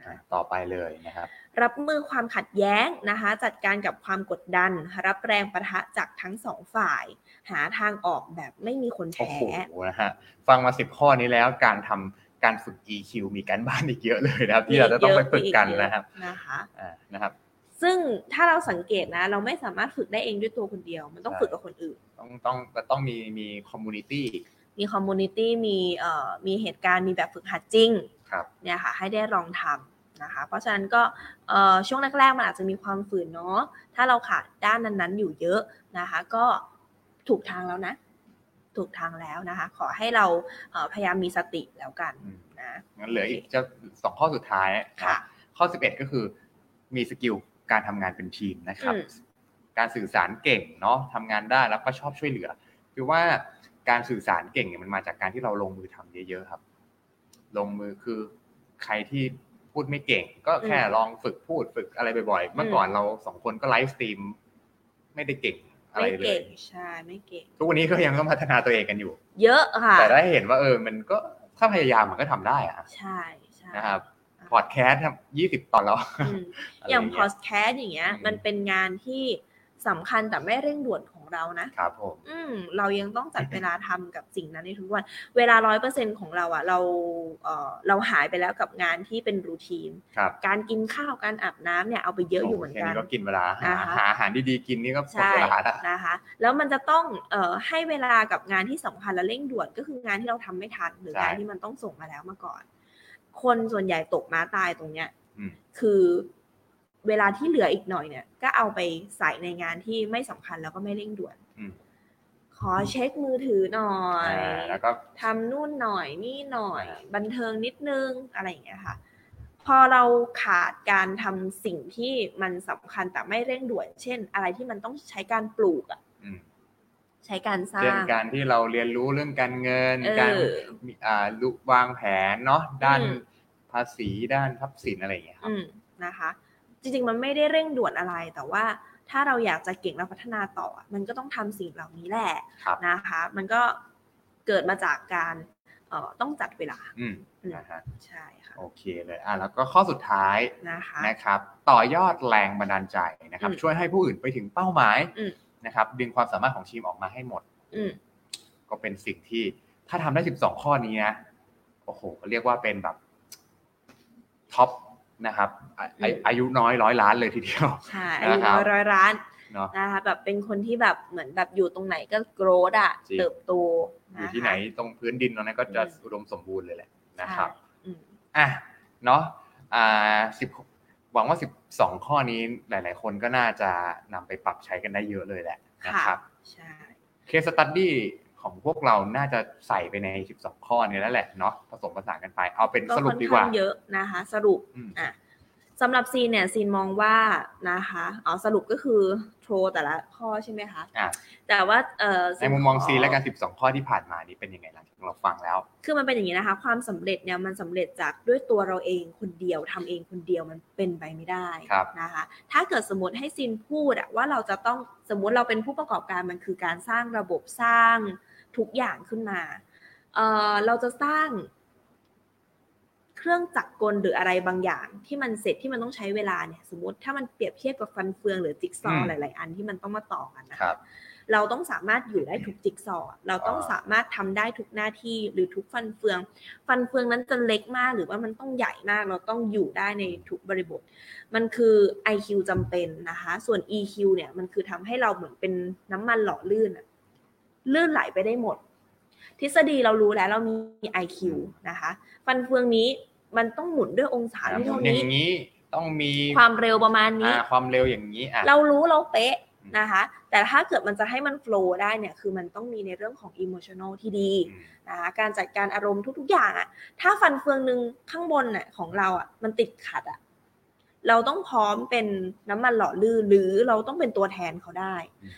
อ่ะต่อไปเลยนะครับ
รับมือความขัดแย้งนะคะ จัดการกับความกดดัน รับแรงประทะจากทั้งสองฝ่าย หาทางออกแบบไม่มีคน
โอ้
แพ้
โหนะฮะฟังมาสิบข้อนี้แล้วการทำการฝึก EQ มีการบ้านอีกเยอะเลยนะครับ ที่เราจะต้องไปฝึกกันนะครับ
นะคะ
อ่านะครับ
ซึ่งถ้าเราสังเกตนะ เราไม่สามารถฝึกได้เองด้วยตัวคนเดียว มันต้อง
ใช่
ฝึกกับคนอื่น
ต้องต้องต้องมีมีคอมมูนิตี้
มีคอมมูนิตี้มีเอ่อมีเหตุการณ์มีแบบฝึกหัดจริง
ครับ
เนี่ยค่ะให้ได้ลองทำนะคะ เพราะฉะนั้นก็เอ่อช่วงแรกๆมันอาจจะมีความฝืนเนาะถ้าเราขาดด้านนั้นๆอยู่เยอะนะคะ ก็ถูกทางแล้วนะ ถูกทางแล้วนะคะ ขอให้เราเอ่อพยายามมีสติแล้วกัน
อืม
นะ
งั้นเหลืออีกจะสองข้อสุดท้ายน
ค่ะ
ข้อ 11 ก็คือมีสกิลการทำงานเป็นทีมนะครับ
อืม
การสื่อสารเก่งเนาะทำงานได้แล้วก็ชอบช่วยเหลือ คือว่าการสื่อสารเก่งเนี่ยมันมาจากการที่เราลงมือทำเยอะๆครับ ลงมือคือใครที่พูดไม่เก่ง ก็แค่ลองฝึกพูดฝึกอะไรบ่อยๆ เมื่อก่อนเราสองคนก็ไลฟ์สตรีมไม่ได้เก่งอะไร
ไม่
เล
เก่
ย
งใช่ไม่เก่ง
ทุกวันนี้ก็ยังต้องพัฒนาตัวเองกันอยู่
เยอะค่ะ
แต่ได้เห็นว่าเออ มันก็ถ้าพยายามมันก็ทำได้อะ
ใช่ใช่
นะครับพอดแคสต์ยี่สิบ ตอนแล้ว
อืม
ะไร
อย่างพ
เ
อสแคสอย่างเงี้ย
อืม
มันเป็นงานที่สำคัญแต่ไม่เร่งด่วนของเรานะ
ครับผม
อืมเรายังต้องจัดเวลาทำกับสิ่งนั้นในทุก วัน เวลาร้อยเปอร์เซ็นของเราอะเราเออเราหายไปแล้วกับงานที่เป็นรูทีน
ครับ
การกินข้าวการอาบน้ำเนี่ยเอาไปเยอะอยู่เหมือน
แค่
กัน
นี้ก็กินเวลาหา
อ่าฮะ
หาอาหารดีๆกินนี่ก็หมด
ใช่
เวลาแล้ว
นะคะ แล้วมันจะต้องเอ่อให้เวลากับงานที่สำคัญและเร่งด่วนก็คืองานที่เราทำไม่ทันหรืองานที่มันต้องส่งมาแล้วมาก่อน คนส่วนใหญ่ตกม้าตายตรงเนี้ย
อืม
คือเวลาที่เหลืออีกหน่อยเนี่ย ก็เอาไปใส่ในงานที่ไม่สำคัญแล้วก็ไม่เร่งด่วน
อืม
ขอเช็คมือถือหน่อย
อ่าแล้วก็
ทำนู่นหน่อยนี่หน่อย
อ่า
บันเทิงนิดนึงอะไรอย่างเงี้ยค่ะ พอเราขาดการทำสิ่งที่มันสำคัญแต่ไม่เร่งด่วน เช่น อะไรที่มันต้องใช้การปลูกอะ
อืม
ใช้การสร้า
เช่น
ง
การที่เราเรียนรู้เรื่องการเงิน
เออ
การมีอ่ารู้วางแผนเนาะด้าน
อืม
ภาษีด้านทรัพย์สินอะไรอย่างเงี้ยครับ
อืมนะคะ จริงๆ มันไม่ได้เร่งด่วนอะไร แต่ว่าถ้าเราอยากจะเก่งและพัฒนาต่อ มันก็ต้องทำสิ่งเหล่านี้แหละ
ครับ
นะคะ มันก็เกิดมาจากการเอ่อต้องจัดเวลา
อืม
อืม
นะฮะ
ใช่ค่ะ
โอเคเลยอ่ะแล้วก็ข้อสุดท้าย
นะคะ
นะครับ ต่อยอดแรงบันดาลใจนะครับ
อืม
ช่วยให้ผู้อื่นไปถึงเป้าหมาย
อืม
นะครับดึงความสามารถของทีมออกมาให้หมด
อืม
ก็เป็นสิ่งที่ถ้าทำได้ 12 ข้อนี้นะ โอ้โห เรียกว่าเป็นแบบท็อปนะครับอา
อืม
อายุน้อยร้อยล้านเลยทีเดียว
ใช่อายุน้อย
นะครับ
ร้อยล้าน
เนาะ
นะคะแบบเป็นคนที่แบบเหมือนแบบอยู่ตรงไหนก็โกรธอ่ะ
จริง
เติบโต
อะ ยู่
คะ
ที่ไหนตรงพื้นดินตรงนั้นก็จะ
อืม
อุดมสมบูรณ์เลยแหละนะครับ
ใช่อืม
อ่ะ เนาะอ่าสิบหวังว่า 12 ข้อนี้หลาย ๆ คนก็น่าจะนำไปปรับใช้กันได้เยอะเลยแหละนะครับ
ใช่
เคสตัดดี้ของพวกเราน่าจะใส่ไปใน 12 ข้อนี้แล้วแหละเนาะผสมผสานกันไป เอาเป็น
ก็
สรุ
ค่
ป
อน
ดีก
ข้า
ว่า
งเยอะนะคะ สรุป
อืม
อ่ะสำหรับซีนเนี่ยซีนมองว่านะคะอ๋อสรุปก็คือโทรแต่ละข้อใช่ไหมคะ
อ่ะ
แต่ว่าเอ่อ
ในมุมมองซีและการ 12 ข้อที่ผ่านมานี้เป็นยังไงหลังจากเราฟังแล้ว
คือมันเป็นอย่างนี้นะคะ ความสำเร็จเนี่ยมันสำเร็จจากด้วยตัวเราเองคนเดียวทำเองคนเดียวมันเป็นไปไม่ได้
ครับ
นะคะ ถ้าเกิดสมมติให้ซินพูดอะว่าเราจะต้องสมมติเราเป็นผู้ประกอบการมันคือการสร้างระบบสร้างทุกอย่างขึ้นมาเอ่อเราจะสร้าง เครื่องจักรกลหรืออะไรบางอย่าง ที่มันเสร็จที่มันต้องใช้เวลาเนี่ย สมมติถ้ามันเปรียบเทียบกับฟันเฟืองหรือจิ๊กซอว์
อืม
หลาย ๆ อันที่มันต้องมาต่อกันนะ
ค
คะ
รับ
เราต้องสามารถอยู่ได้ทุกจิ๊กซอว์อะเราต้อง
อ่า
สามารถทำได้ทุกหน้าที่หรือทุกฟันเฟือง ฟันเฟืองนั้นจะเล็กมากหรือว่ามันต้องใหญ่มาก เราต้องอยู่ได้ในทุกบริบท มันคือ IQ จำเป็นนะคะ ส่วน EQ เนี่ยมันคือทำให้เราเหมือนเป็นน้ำมันหล่อลื่นอะลื่นไหลไปได้หมด ทฤษฎีเรารู้แล้วเรามี IQ นะคะ ฟันเฟืองนี้มันต้องหมุนด้วยองศาที่
หมุ
เท่าน
อย่าง
นี้
นี้ต้องมี
ความเร็วประมาณนี้
อ่าความเร็วอย่างนี้อ่ะ
เรารู้เราเป๊ะ
อืม
นะคะ แต่ถ้าเกิดมันจะให้มันโฟล์ได้เนี่ย คือมันต้องมีในเรื่องของอิโมชัน a ลที่ดี
อืม
นะคะการจัดการอารมณ์ทุกๆ อย่างอะถ้าฟันเฟืองหนึ่งข้างบนน่ะของเราอะมันติดขัดอะเราต้องพร้อมเป็นน้ำมันหล่อลื่นหรือเราต้องเป็นตัวแทนเขาได้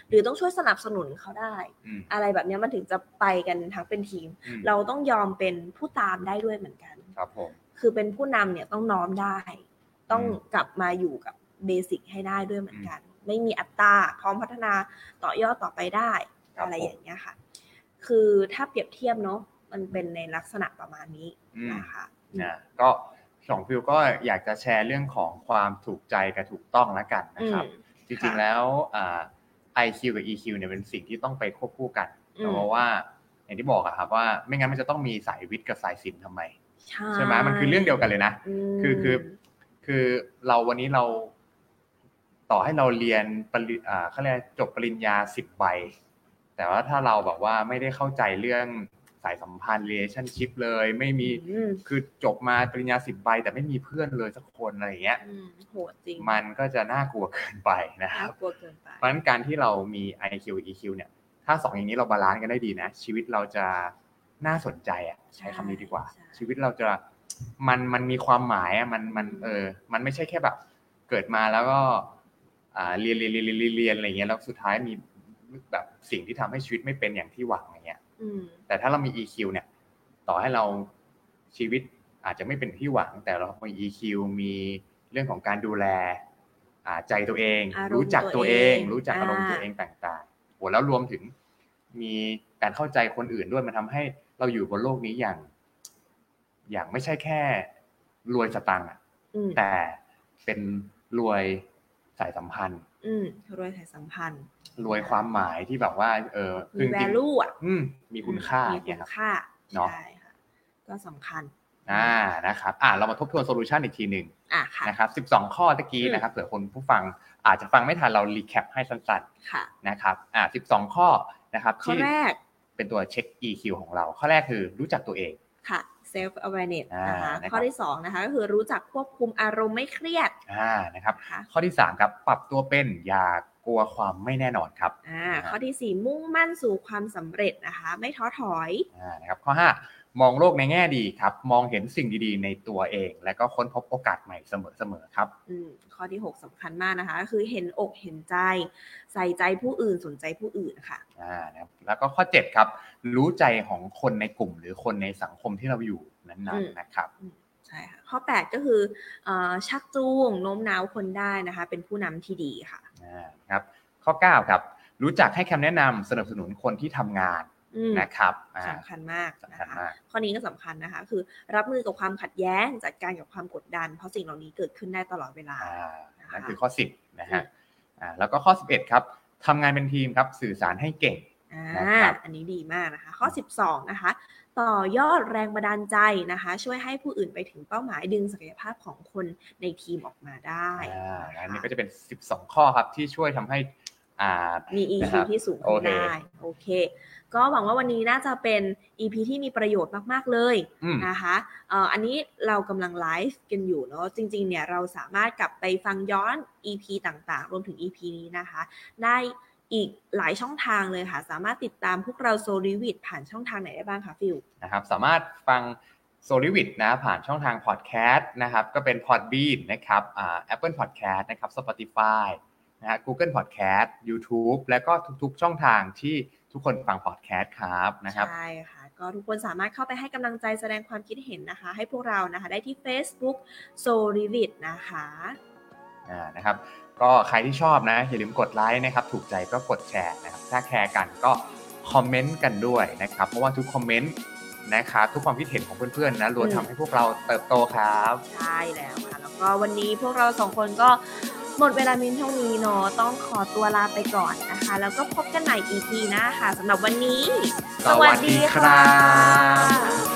หรือต้องช่วยสนับสนุนเขาได้
อืม
อะไรแบบเนี้ยมันถึงจะไปกันทั้งเป็นทีม
อืม
เราต้องยอมเป็นผู้ตามได้ด้วยเหมือนกัน
ครับผม
คือเป็นผู้นำเนี่ยต้องน้อมได้ ต้อง
อืม
กลับมาอยู่กับเบสิกให้ได้ด้วยเหมือนกัน ไม่มีอัตตราพร้อมพัฒนาต่อยอดต่อไปได้
ครับ
อะไร
ผม
อย่างเงี้ยค่ะ คือถ้าเปรียบเทียบเนาะมันเป็นในลักษณะประมาณนี้
อืม
นะคะ
นะก็ของฟิวก็อยากจะแชร์เรื่องของความถูกใจกับถูกต้องแล้วกันนะ
อื
ค
ม
รับ จริงๆแล้วอ่า IQ กับ EQ เนี่ยเป็นสิ่งที่ต้องไปควบคู่กัน
อืม
เพราะว่าอย่างที่บอกอะครับว่าไม่งั้นมันจะต้องมีสายวิทย์กับสายศิลป์ทำไม
ใช่
ใช่ไหมมันคือเรื่องเดียวกันเลยนะ
ม
คือคือคือเราวันนี้เราต่อให้เราเรียนปริญอ่าเขาเรียกอะไรจบปริญญาสิบใบ แต่ว่าถ้าเราแบบว่าไม่ได้เข้าใจเรื่องสายสัมพันธ์ relationship เลย ไม่มี
อืม
คือจบมาปริญญาสิบใบ แต่ไม่มีเพื่อนเลยสักคนอะไรอย่างเงี้ย
อืมโหดจริง
มันก็จะน่ากลัวเกินไปนะค
น่า
รับ
กลัวเกินไป
เพราะฉะนั้นการที่เรามี IQ EQ เนี่ย ถ้าสองอย่างนี้เราบาลานซ์กันได้ดีนะ ชีวิตเราจะน่าสนใจอ่ะ ใช้คำนี้ดีกว่า
ใช่
ชีวิตเราจะมันมันมีความหมายอ่ะมันมันเออ มันไม่ใช่แค่แบบ เกิดมาแล้วก็อ่าเรียนเรียนเรียนเรียนเรียนเรียนอะไรเงี้ยแล้วสุดท้ายมีแบบสิ่งที่ทำให้ชีวิตไม่เป็นอย่างที่หวังอย่างเงี้ย
อืม
แต่ถ้าเรามี EQ เนี่ย ต่อให้เราชีวิตอาจจะไม่เป็นที่หวัง แต่เรามี EQ มีเรื่องของการดูแลอ่าใจตัวเอง
อารมณ์
รู้จักตัวเอง
ตัวเอง
รู้จักอารมณ์
อ่า
ตัวเองต่างๆโหแล้วรวมถึงมีการเข้าใจคนอื่นด้วยมันทำให้เราอยู่บนโลกนี้อย่าง อย่างไม่ใช่แค่รวยสตังค์อะ
อืม
แต่เป็นรวยสายสัมพันธ์
อืมรวยสายสัมพันธ์
รวยความหมายที่แบบว่า เออ
มี
จริงๆ
value อ่ะ
อืมมีคุณค่า
มีคุ
เนี่ย
ณ
ครับ
ค่า
เนอะ
ใช่ค่ะ ก็สำคัญ
อ่า นะครับ อ่าเรามาทบทวนโซลูชันอีกทีหนึ่ง
อ่ะค่ะ
นะครับ12 ข้อตะกี้
อืม
นะครับเผื่อคนผู้ฟังอาจจะฟังไม่ทันเรารีแคปให้สั้น
ค่ะ
ๆนะครับ อ่า12 ข้อนะครับ
ข้อ
ที่
แรก
เป็นตัวเช็ค EQ ของเรา ข้อแรกคือรู้จักตัวเอง
ค่ะ self awareness
อ่าน
นะคะ
นะครับ
ข้อที่สองนะคะก็คือรู้จักควบคุมอารมณ์ไม่เครียด
อ่า นะครับ
นะคะ
ข้อที่ 3 ครับ ปรับตัวเป็นอย่ากลัวความไม่แน่นอนครับ
อ่า
อ่า
ข้อที่สี่มุ่งมั่นสู่ความสำเร็จนะคะ ไม่ท้อถอย
อ่า นะครับ ข้อ 5 มองโลกในแง่ดีครับ มองเห็นสิ่งดีๆ ในตัวเอง และก็ค้นพบโอกาสใหม่เสมอๆครับ
อืมข้อที่ 6สำคัญมากนะคะก็คือเห็นอกเห็นใจ ใส่ใจผู้อื่นสนใจผู้อื่นค่ะ
อ่านะครับแล้วก็ข้อ 7 ครับ รู้ใจของคนในกลุ่ม หรือคนในสังคมที่เราอยู่นั้นๆ
อืม
นะครับ
ใช่ค่ะ ข้อ 8 ก็คือเออชักจูงโน้มน้าวคนได้นะคะ เป็นผู้นำที่ดีค่ะ
อ่านะครับข้อ 9 ครับ รู้จักให้คำแนะนำสนับสนุนคนที่ทำงาน
อืม
นะครับอ่า
สำคัญมากนะ
สำคัญ
คะ
มาก
ข้อนี้ก็สำคัญนะคะ คือรับมือกับความขัดแย้งจัดการกับความกดดัน เพราะสิ่งเหล่านี้เกิดขึ้นได้ตลอดเวลา
อ่า
นะคะ
นั่นคือข้อ 10นะฮะอ่าแล้วก็ข้อ 11 ครับทำงานเป็นทีมครับ สื่อสารให้เก่ง
อ่า
นะครับ
อันนี้ดีมากนะคะ ข้อ 12 นะคะ ต่อยอดแรงบันดาลใจนะคะ ช่วยให้ผู้อื่นไปถึงเป้าหมายดึงศักยภาพของคนในทีมออกมาได้
อ่า
ะคะ
อันนี้ก็จะเป็น 12 ข้อครับที่ช่วยทำให้อ่า
มี EP
นะครับ
ที่สูงขึ้น
โอเค
ได้โอเค ก็หวังว่าวันนี้น่าจะเป็น EP ที่มีประโยชน์มาก ๆ เลย
อืม
นะคะเอ่ออันนี้เรากำลังไลฟ์กันอยู่เนาะจริง ๆ เนี่ยเราสามารถกลับไปฟังย้อน EP ต่างๆ รวมถึง EP นี้นะคะ ได้อีกหลายช่องทางเลยค่ะ สามารถติดตามพวกเราโซลิวิดผ่านช่องทางไหนได้บ้างคะฟิล
นะครับสามารถฟังโซลิวิ d นะผ่านช่องทางพอดแคสต์นะครับก็เป็น Podbean นะครับอ่า Apple Podcast นะครับ Spotify นะฮะ Google Podcast YouTube แล้วก็ทุกๆช่องทางที่ทุกคนฟังพอดแคสต์ครับนะครับ
ใช่ค่ะ ก็ทุกคนสามารถเข้าไปให้กำลังใจแสดงความคิดเห็นนะคะ ให้พวกเรานะคะได้ที่ Facebook s o l i v i t นะคะ
อ่านะครับ ก็ใครที่ชอบนะอย่าลืมกดไลค์นะครับ ถูกใจก็กดแชร์นะครับ ถ้าแชร์กันก็คอมเมนต์กันด้วยนะครับ เพราะว่าทุกคอมเมนต์นะครับทุกความคิดเห็นของเพื่อนๆนะล้วนทำให้พวกเราเติบโตครับ
ใช่แล้วค่ะ แล้วก็วันนี้พวกเราสองคนก็หมดเวลามินเท่านี้เนาะต้องขอตัวลาไปก่อนนะคะ แล้วก็พบกันใหม่ EP หน้าค่ะสำหรับวันนี้
สวัสดีครับ
สวัสดีค่ะ